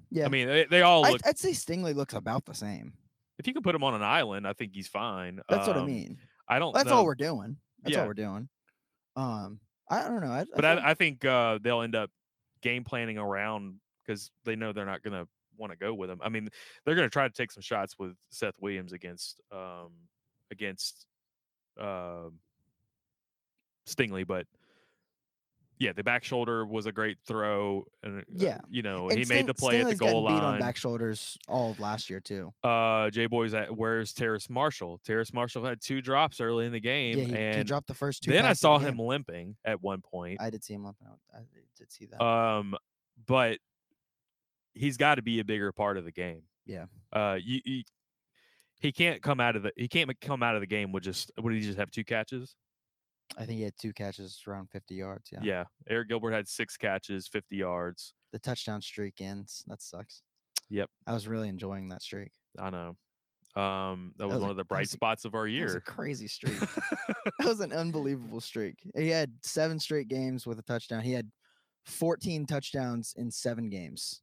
E: yeah.
C: I mean, they, they all
E: I'd,
C: look.
E: I'd say Stingley looks about the same.
C: if you can put him on an island, I think he's fine.
E: That's what I
C: Um,
E: mean.
C: I don't.
E: That's
C: know,
E: all we're doing. That's
C: yeah.
E: all we're doing. Um, I don't know. I,
C: But I,
E: think-
C: I think uh, they'll end up game planning around because they know they're not going to want to go with him. I mean, they're going to try to take some shots with Seth Williams against um, against um Stingley, but yeah, the back shoulder was a great throw, and uh,
E: Yeah.
C: you know,
E: and
C: he made the
E: Sting-
C: play at
E: Stingley's
C: the goal
E: gotten
C: line.
E: beat on back shoulders all of last year too.
C: Uh, J boys at where's Terrace Marshall? Terrace Marshall had two drops early in the game,
E: Yeah, he,
C: and
E: he dropped the first two.
C: then I
E: passes of
C: saw
E: the
C: him
E: game.
C: limping at one point.
E: I did see him up. and I I did see that.
C: Um, but he's got to be a bigger part of the game.
E: Yeah.
C: Uh, you, you he can't come out of the he can't come out of the game with just would he just have two catches?
E: I think he had two catches around 50 yards. Yeah.
C: Eric Gilbert had six catches, fifty yards.
E: The touchdown streak ends. That sucks.
C: Yep.
E: I was really enjoying that streak.
C: I know. Um, that
E: That
C: was,
E: was
C: one
E: a-
C: of the
E: that
C: bright
E: was a-
C: spots of our
E: It was a
C: year. <laughs>
E: crazy streak. that was an unbelievable streak. He had seven straight games with a touchdown. He had 14 touchdowns in seven games.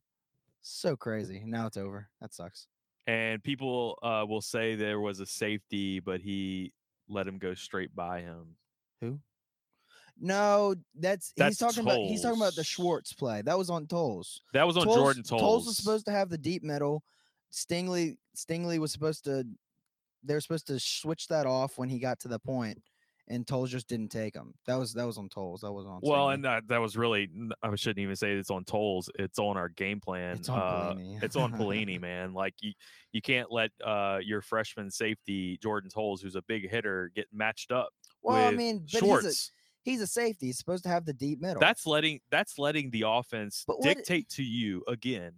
E: So crazy. Now it's over. That sucks.
C: and people uh, will say there was a safety, but he let him go straight by him.
E: Who? No, that's,
C: That's
E: he's talking about he's talking about the
C: Tolles.
E: Schwartz play. That was on Tolls.
C: That was on
E: Tolles-
C: Jordan Tolles.
E: Tolles was supposed to have the deep middle. Stingley Stingley was supposed to. They were supposed to switch that off when he got to the point, and Tolles just didn't take him. That was that was on Tolles. That was on.
C: Well,
E: Stingley.
C: and that, that was really n- I shouldn't even say it's on tolls. It's on our game plan.
E: It's on
C: uh,
E: Pelini.
C: It's
E: <laughs>
C: on Pelini, man. Like you, you can't let uh, your freshman safety Jordan Tolles, who's a big hitter, get matched up
E: well,
C: with
E: I mean, but he's a,
C: shorts.
E: he's a safety. He's supposed to have the deep middle.
C: That's letting that's letting the offense
E: But what i-
C: dictate to you again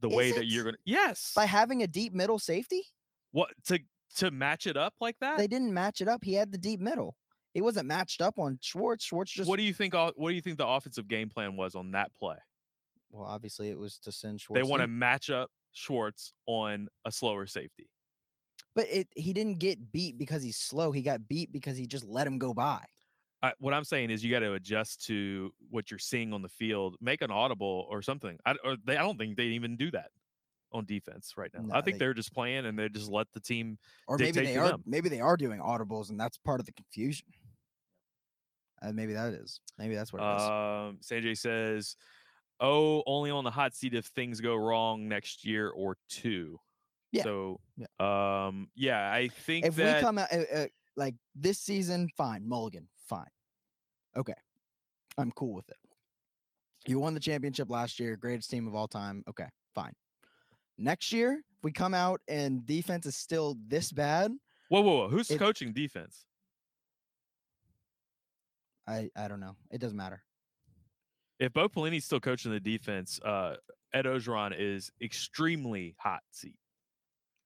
C: the way
E: Is
C: that you're
E: it?
C: gonna. Yes,
E: by having a deep middle safety.
C: what to to match it up like that.
E: They didn't match it up. He had the deep middle. He wasn't matched up on Schwartz. Schwartz just
C: what do you think? all- What do you think the offensive game plan was on that play?
E: well, obviously it was to send
C: They
E: Schwartz.
C: want to
E: deep,
C: match up Schwartz on a slower safety.
E: but it he didn't get beat because he's slow. He got beat because he just let him go by.
C: I, what I'm saying is you got to adjust to what you're seeing on the field, make an audible or something. I, or they, I don't think they even do that on defense right now.
E: No,
C: I think
E: they-
C: they, are just playing and they just let the team.
E: or maybe
C: dictate
E: they
C: to
E: are
C: them.
E: maybe they are doing audibles and that's part of the confusion uh, maybe that is maybe that's what it is
C: Um, Sanjay says, "Oh, only on the hot seat if things go wrong next year or two.
E: Yeah.
C: So,
E: Yeah.
C: um, yeah, I think
E: if
C: that
E: we come out uh, uh, like this season fine mulligan fine okay i'm cool with it you won the championship last year greatest team of all time okay fine next year if we come out and defense is still this bad
C: whoa, whoa, whoa, who's
E: it-
C: coaching defense?
E: i i don't know it doesn't matter
C: If Bo Pelini's still coaching the defense, uh, Ed Ogeron is extremely hot seat.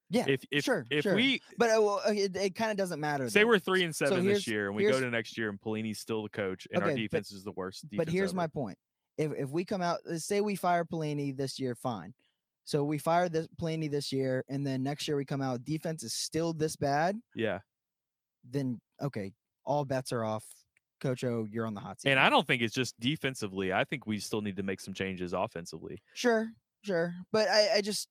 E: yeah
C: If if
E: sure,
C: if
E: sure.
C: we
E: but uh, well, uh, it, it kind of doesn't matter
C: Say
E: though.
C: we're three and
E: So
C: seven this
E: here's-
C: year, and we go
E: here's-
C: to next year, and Pelini's still the coach, and our
E: Okay, but-
C: defense is the worst. Defense
E: But here's
C: ever.
E: my point: if if we come out, let's say we fire Pelini this year, fine. So we fire this Pelini this year, and then next year we come out, defense is still this bad.
C: yeah,
E: Then okay, all bets are off. Coach O, you're on the hot seat.
C: and I
E: now.
C: don't think it's just defensively. I think we still need to make some changes offensively.
E: sure, sure, but I I just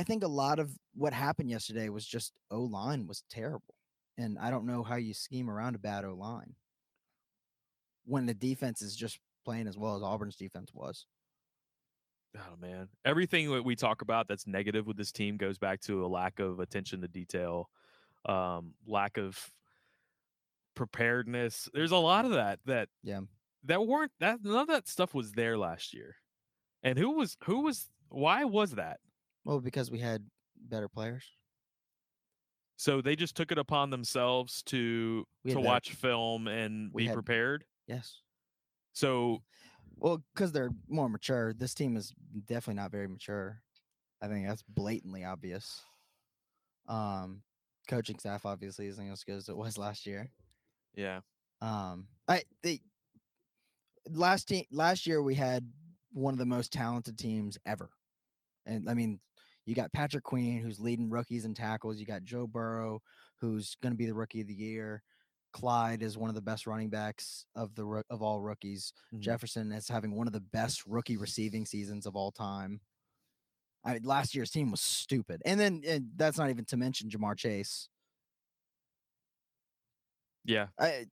E: I think a lot of what happened yesterday was just O line was terrible, and I don't know how you scheme around a bad O line when the defense is just playing as well as Auburn's defense was.
C: Oh man, everything that we talk about that's negative with this team goes back to a lack of attention to detail, um, lack of preparedness. There's a lot of that that
E: Yeah.
C: that weren't that none of that stuff was there last year. And who was who was why was that?
E: Well, because we had better players.
C: So they just took it upon themselves to
E: We had
C: to
E: better-
C: watch film and
E: we
C: be
E: had-
C: prepared.
E: Yes.
C: So
E: Well, because they're more mature. This team is definitely not very mature. I think that's blatantly obvious. Um, coaching staff obviously isn't as good as it was last year.
C: yeah,
E: Um, I they last team last year we had one of the most talented teams ever, and I mean, you got Patrick Queen who's leading rookies in tackles. You got Joe Burrow who's going to be the rookie of the year. Clyde is one of the best running backs of the roo- of all rookies.
C: Mhm.
E: Jefferson is having one of the best rookie receiving seasons of all time. I mean, last year's team was stupid, and then and that's not even to mention Jamar Chase.
C: yeah.
E: I,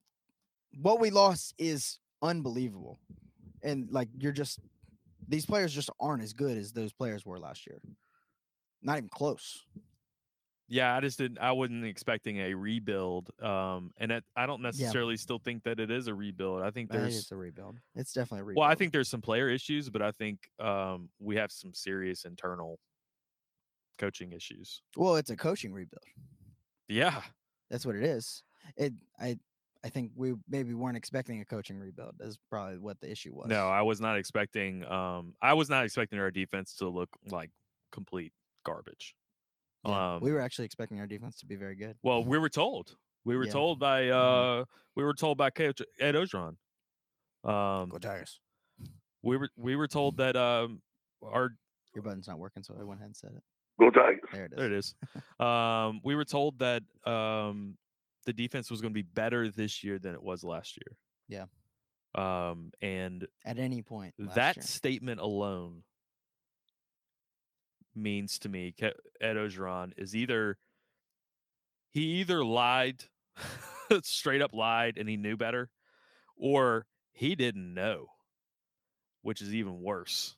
E: what we lost is unbelievable. And like you're just these players just aren't as good as those players were last year. Not even close.
C: Yeah, I just didn't. I wasn't expecting a rebuild, um, and that, I don't necessarily still think that it is a rebuild. I think
E: I think
C: there's
E: it's a rebuild. It's definitely a rebuild.
C: well, I think there's some player issues, but I think um, we have some serious internal coaching issues.
E: well, it's a coaching rebuild.
C: Yeah,
E: That's what it is. It I I think we maybe weren't expecting a coaching rebuild is probably what the issue was.
C: no, I was not expecting. Um, I was not expecting our defense to look like complete garbage.
E: Yeah,
C: um,
E: we were actually expecting our defense to be very good.
C: Well, we were told. We were
E: Yeah. Mm-hmm.
C: told by uh, we were told by Coach Ed Ogeron. Um,
G: Go Tigers.
C: we were we were told
E: Mm-hmm.
C: that um, our
E: Your button's not working, so I went ahead and said it.
H: Go Tigers.
E: There it is.
C: There it is.
E: <laughs>
C: um, we were told that um, the defense was going to be better this year than it was last year.
E: Yeah.
C: Um, and
E: At any point. last
C: that
E: year.
C: statement alone means to me Ke- Ed Ogeron is either he either lied, <laughs> straight up lied, and he knew better, or he didn't know, which is even worse.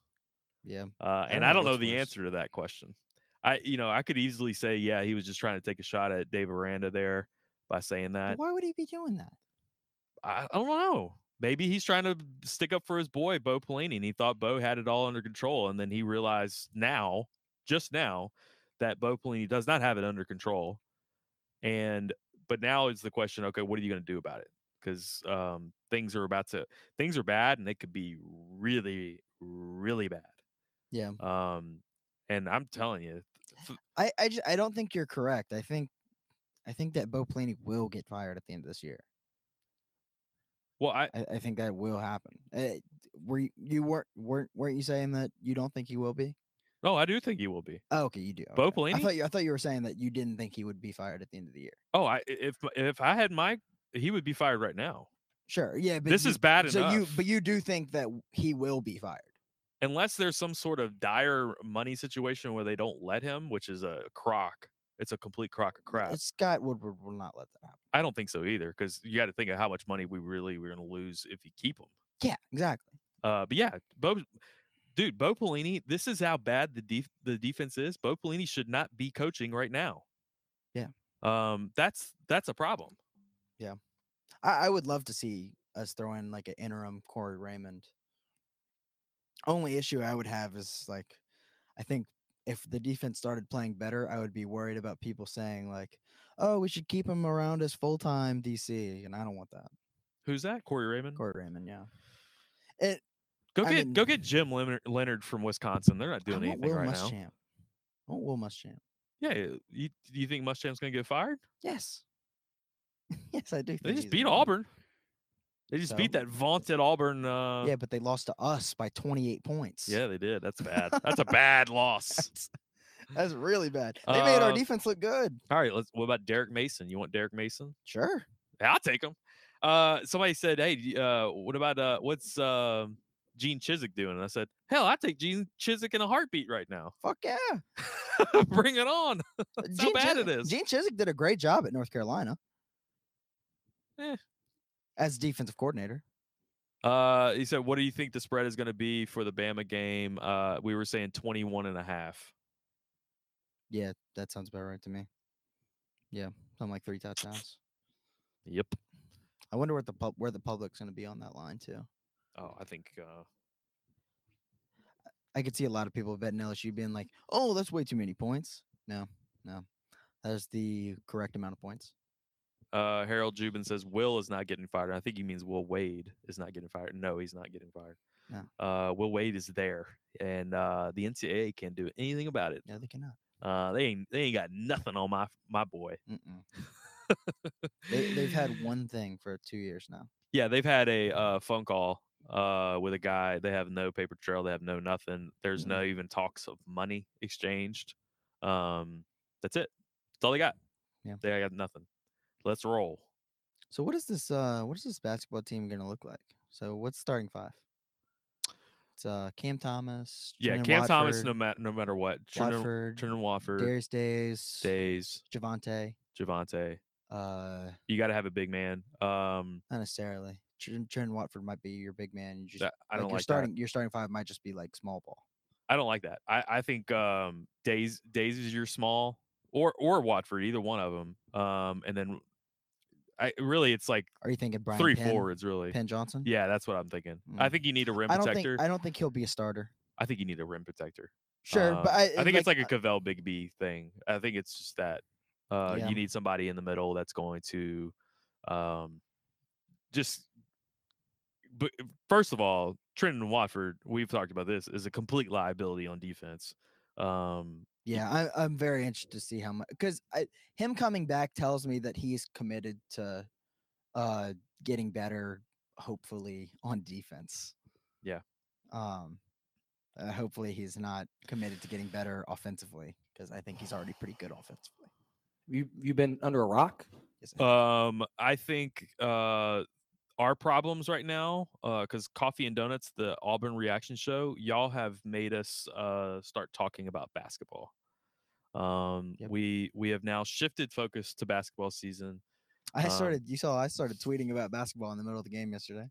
E: yeah.
C: Uh, and
E: don't
C: I don't
E: know
C: know
E: what's
C: the
E: worse.
C: answer to that question. I, you know, I could easily say, yeah, he was just trying to take a shot at Dave Aranda there by saying
E: But
C: that.
E: why would he be doing that?
C: I, I don't know. Maybe he's trying to stick up for his boy Bo Pelini, and he thought Bo had it all under control, and then he realized now, just now, that Bo Pelini does not have it under control. And but now is the question: Okay, what are you going to do about it? Because um, things are about to things are bad, and they could be really, really bad.
E: Yeah.
C: Um, and I'm telling you,
E: I I, just, I don't think you're correct. I think I think that Bo Pelini will get fired at the end of this year.
C: well, I
E: I, I think that will happen. Uh, were you, you weren't weren't weren't you saying that you don't think he will be?
C: no, I do think he will be.
E: Oh, okay, you do.
C: Bo
E: okay. I
C: Pelini?
E: thought you I thought you were saying that you didn't think he would be fired at the end of the year.
C: Oh, I if if I had my, he would be fired right now.
E: Sure. Yeah, but
C: This
E: you-
C: is bad
E: so
C: enough.
E: you but you do think that w- he will be fired.
C: unless there's some sort of dire money situation where they don't let him, which is a crock. It's a complete crock
E: Mm,
C: of crap.
E: Scott Woodward will not let that happen.
C: I don't think so either, because you got to think of how much money we really we're going to lose if you keep him.
E: Yeah, exactly.
C: Uh, but yeah, Bo, dude, Bo Pelini. This is how bad the def- the defense is. Bo Pelini should not be coaching right now.
E: Yeah.
C: Um. That's that's a problem.
E: I, I would love to see us throw in like an interim Corey Raymond. Only issue I would have is like, I think if the defense started playing better, I would be worried about people saying like, "Oh, we should keep him around as full time DC," and I don't want that.
C: Who's that? Corey Raymond.
E: Corey Raymond, yeah. It,
C: Go
E: I
C: get go
E: mean-
C: get Jim Leonard, Leonard from Wisconsin. They're not
E: I
C: doing
E: want
C: anything
E: Will
C: right now.
E: Muschamp. I want Will Muschamp.
C: Yeah. You you think Muschamp's going to get fired?
E: Yes. <laughs> yes, I do.
C: They
E: think
C: just
E: he's
C: beat
E: a good-
C: Auburn. They just beat
E: So-
C: that vaunted Auburn. Uh, yeah.
E: Yeah, but they lost to us by 28 points.
C: they did. That's <laughs> bad. That's a bad loss.
E: That's, that's really bad. They made our
C: Uh,
E: defense look good.
C: All right. Let's. What about Derek Mason? You want Derek Mason?
E: Sure.
C: Yeah, I'll take him. Uh, somebody said, "Hey, d- uh, what about uh, what's uh, Gene Chiswick doing?" And I said, "Hell, I take Gene Chiswick in a heartbeat right now. <laughs>
E: Fuck yeah.
C: Bring it on." That's how bad it
E: Chis-
C: is.
E: Gene Chizik did a great job at North Carolina.
C: Eh.
E: As defensive coordinator.
C: Uh, he said, "What do you think the spread is going to be for the Bama game?" Uh, we were saying 21 and a half.
E: Yeah, that sounds about right to me. Yeah, something like three touchdowns.
C: Yep.
E: I wonder what the pub- where the public's going to be on that line too.
C: Oh, I think uh,
E: I could see a lot of people betting LSU being like, "Oh, that's way too many points." No, no, that's the correct amount of points.
C: uh, Harold Jubin says Will is not getting fired. I think he means Will Wade is not getting fired. No, he's not getting fired.
E: No.
C: Uh, Will Wade is there, and uh, the NCAA can't do anything about it.
E: No, they cannot.
C: Uh, they ain't they ain't got nothing on my my boy.
E: Mm-mm. They,
C: <sighs>
E: they've had one thing for two years now.
C: yeah, they've had a uh, phone call uh, with a guy. They have no paper trail. They have no nothing. There's
E: Mhm.
C: no even talks of money exchanged. Um, that's it. That's all they got.
E: Yeah.
C: they got nothing. Let's roll.
E: So what is this? Uh, what is this basketball team going to look like? So what's starting five? It's uh, Cam Thomas.
C: Yeah,
E: Trenton
C: Cam Thomas, no
E: Watford,
C: matter no matter what, Trenton
E: Watford,
C: Trenton Wofford,
E: Darius Days,
C: Days,
E: Javante.
C: Javante.
E: Uh,
C: You got to have a big man. Um,
E: not necessarily. Trenton Trenton Watford might be your big man. You just
C: that- I don't like,
E: your
C: that.
E: starting. Your starting five might just be like small ball.
C: I don't like that. I, I think um, Days Days is your small or or Watford, either one of them. Um, and then I really it's like
E: Are you thinking Brian
C: three
E: Penn,
C: forwards really.
E: Penn Johnson?
C: Yeah, that's what I'm thinking. I
E: Mm.
C: think you need a rim
E: I don't
C: protector.
E: think I don't think he'll be a starter.
C: I, think you need a rim protector.
E: Sure, but
C: Um,
E: I,
C: think it's like a Cavell Big B thing. I think it's just that uh,
E: Yeah.
C: you need somebody in the middle that's going to um, just. But uh, first of all, Trenton Watford, we've talked about this, is a complete liability on defense. Um,
E: yeah. I, I'm very interested to see how much because him coming back tells me that he's committed to uh getting better, hopefully on defense.
C: Yeah.
E: Um, uh, hopefully he's not committed to getting better offensively because I think he's already pretty good offensively.
A: You you been under a rock?
E: Yes, I-
C: Um, I think uh, our problems right now, because Coffee and Donuts, the Auburn reaction show, y'all have made us uh, start talking about basketball. Um,
E: Yep.
C: we we have now shifted focus to basketball season.
E: I
C: um,
E: started. you saw I started tweeting about basketball in the middle of the game yesterday.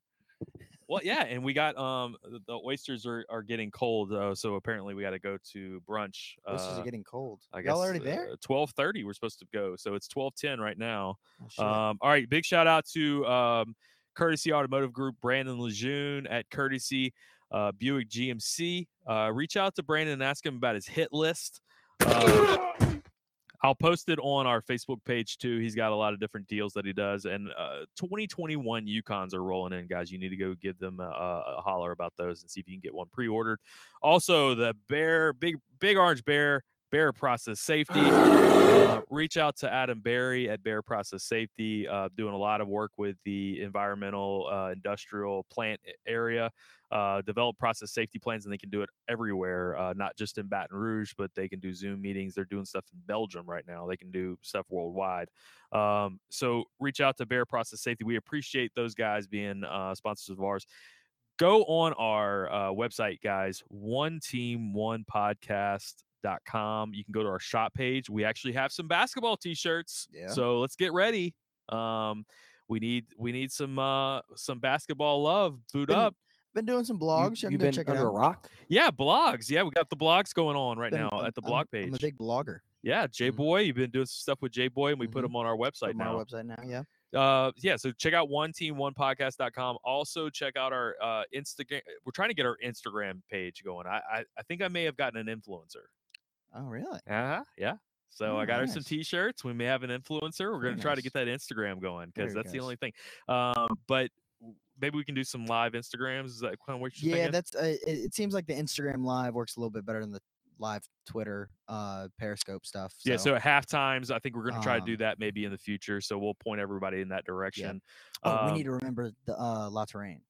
C: Well, yeah, and we got um the- the oysters are, are getting cold, uh, so apparently we got to go to brunch.
E: This is
C: uh,
E: getting cold.
C: I guess uh,
E: Y'all already there?
C: Twelve thirty, we're supposed to go, so it's twelve ten right now.
E: Oh, shit.
C: Um, all right, big shout out to um, Courtesy Automotive Group, Brandon Lejeune at Courtesy uh, Buick GMC. Uh, reach out to Brandon and ask him about his hit list. Uh, I'll post it on our Facebook page too. He's got a lot of different deals that he does, and uh, 2021 Yukons are rolling in, guys. You need to go give them a, a holler about those and see if you can get one pre-ordered. Also, the bear, big big orange bear, bear process safety. Uh, reach out to Adam Barry at Bear Process Safety, uh, doing a lot of work with the environmental, uh, industrial plant a- area. Uh, develop process safety plans, and they can do it everywhere, uh, not just in Baton Rouge, but they can do Zoom meetings. They're doing stuff in Belgium right now. They can do stuff worldwide. Um, so reach out to Bear Process Safety. We appreciate those guys being uh, sponsors of ours go on our uh, website guys one team one podcast.com you can go to our shop page we actually have some basketball t-shirts
E: Yeah.
C: so let's get ready um we need we need some uh some basketball love boot
E: Been-
C: up
E: been doing some
A: You,
E: blogs. You,
A: you
E: been
A: been
E: check it
A: under a
E: out.
A: rock?
C: yeah blogs yeah we got the blogs going on right
E: Been-
C: now
E: I'm-
C: at the
E: I'm-
C: blog
E: I'm
C: page
E: a big blogger.
C: yeah j
E: Mhm.
C: boy you've been doing some stuff with j boy and we put
E: Mhm.
C: them on our website
E: From
C: now
E: our website now. Yeah.
C: uh yeah so check out one team one podcast.com also check out our uh instagram we're trying to get our instagram page going i i, I think i may have gotten an influencer
E: Oh, really?
C: uh-huh yeah so
E: Oh,
C: i got her some
E: nice.
C: t-shirts we may have an influencer we're
E: Very
C: gonna try to
E: nice.
C: get that instagram going because
E: Very
C: that's the
E: nice.
C: only thing um but w- maybe we can do some live instagrams is that kind of what you're
E: Yeah,
C: thinking?
E: that's. Uh, it, it seems like the Instagram Live works a little bit better than the live Twitter, uh, Periscope stuff. So.
C: yeah, so at half times, I think we're going to try to do
E: um,
C: that maybe in the future. So we'll point everybody in that direction.
E: oh, we
C: Um,
E: need to remember the uh, La Terrain.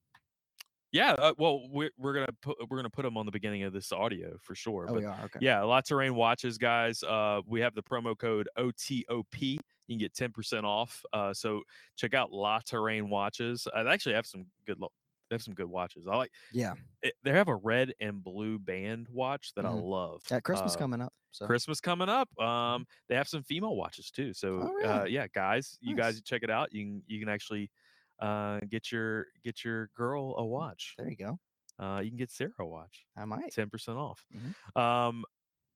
C: yeah, uh, well, we're, we're gonna put we're gonna put them on the beginning of this audio for sure.
E: Oh,
C: but
E: we are okay.
C: Yeah, lots of rain watches, guys. Uh, we have the promo code OTOP. You can get ten percent off. Uh, so check out La Terrain watches. I actually have some good. Lo- they have some good watches. I like.
E: Yeah.
C: It, they have a red and blue band watch that I
E: Mhm.
C: love.
E: Yeah, Christmas
C: Uh,
E: coming up. So
C: Christmas coming up. Um, they have some female watches too. So
E: Oh,
C: uh,
E: really?
C: yeah, guys, you guys
E: Nice.
C: check it out. You can you can actually uh get your get your girl
E: Mm,
C: a watch.
E: there you go.
C: Uh, you can get Sarah a watch
E: I might.
C: ten percent off.
E: Mhm.
I: Mm-hmm.
C: Um,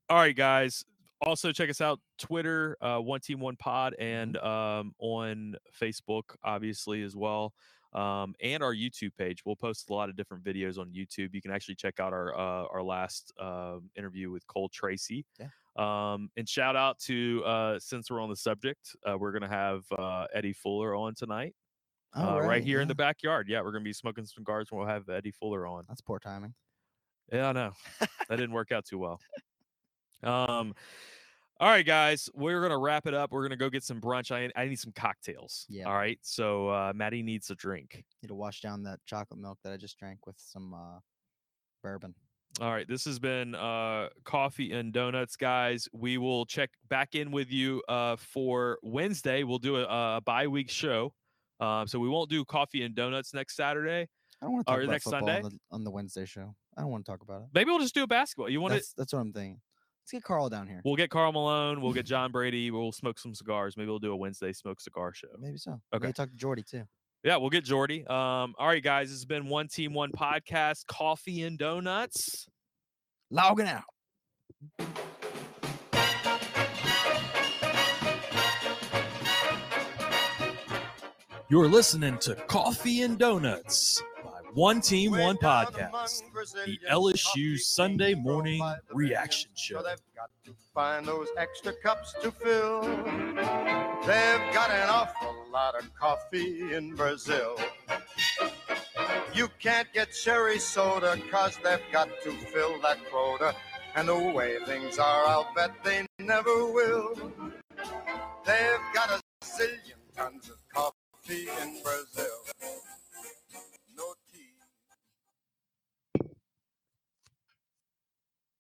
C: all right, guys. Also check us out Twitter,
I: Mm-hmm.
C: uh, One Team One Pod, and um, on Facebook, obviously as well. um, and our YouTube page. We'll post a lot of different videos on YouTube. You can actually check out our uh, our last uh, interview with Cole Tracy.
I: Yeah.
C: Um, and shout out to uh, since we're on the subject, uh, we're gonna have uh, Eddie Fuller on tonight, uh,
I: All
C: right, here
I: yeah.
C: in the backyard. Yeah, we're gonna be smoking some cigars, and we'll have Eddie Fuller on.
I: That's poor timing.
C: Yeah, I know. that didn't work out too well. Um, all right, guys, we're gonna wrap it up. We're gonna go get some brunch. I I need some cocktails.
I: Yeah.
C: All right. So uh, Maddie needs a drink.
I: Need to wash down that chocolate milk that I just drank with some uh, bourbon.
C: All right. This has been uh, coffee and donuts, guys. We will check back in with you uh, for Wednesday. We'll do a, a bi-week show. Um, so we won't do coffee and donuts next Saturday.
I: I don't want to
C: Or
I: talk about
C: next
I: football on
C: Sunday?
I: the, on the Wednesday show. I don't want to talk about it.
C: Maybe we'll just do a basketball. You want to?
I: That's, that's what I'm thinking. Let's get Carl down here.
C: We'll get Carl Malone.
I: <laughs>
C: We'll get John Brady. We'll smoke some cigars. Maybe we'll do a Wednesday smoke cigar show.
I: Maybe so.
C: okay.
I: Maybe talk to Jordy too.
C: Yeah, we'll get Jordy. Um, all right, guys, it's been one team, one podcast, coffee and donuts.
I: Logging out.
A: You're listening to Coffee and Donuts by One Team
D: Way
A: One
D: down
A: Podcast,
D: among
A: the
D: Brazilians, coffee
A: LSU
D: beans
A: Sunday
D: grown
A: morning
D: by the
A: reaction
D: billions.
A: show.
D: So they've got to find those extra cups to fill. They've got an awful lot of coffee in Brazil. You can't get cherry soda because they've got to fill that quota. And the way things are, I'll bet they never will. They've got a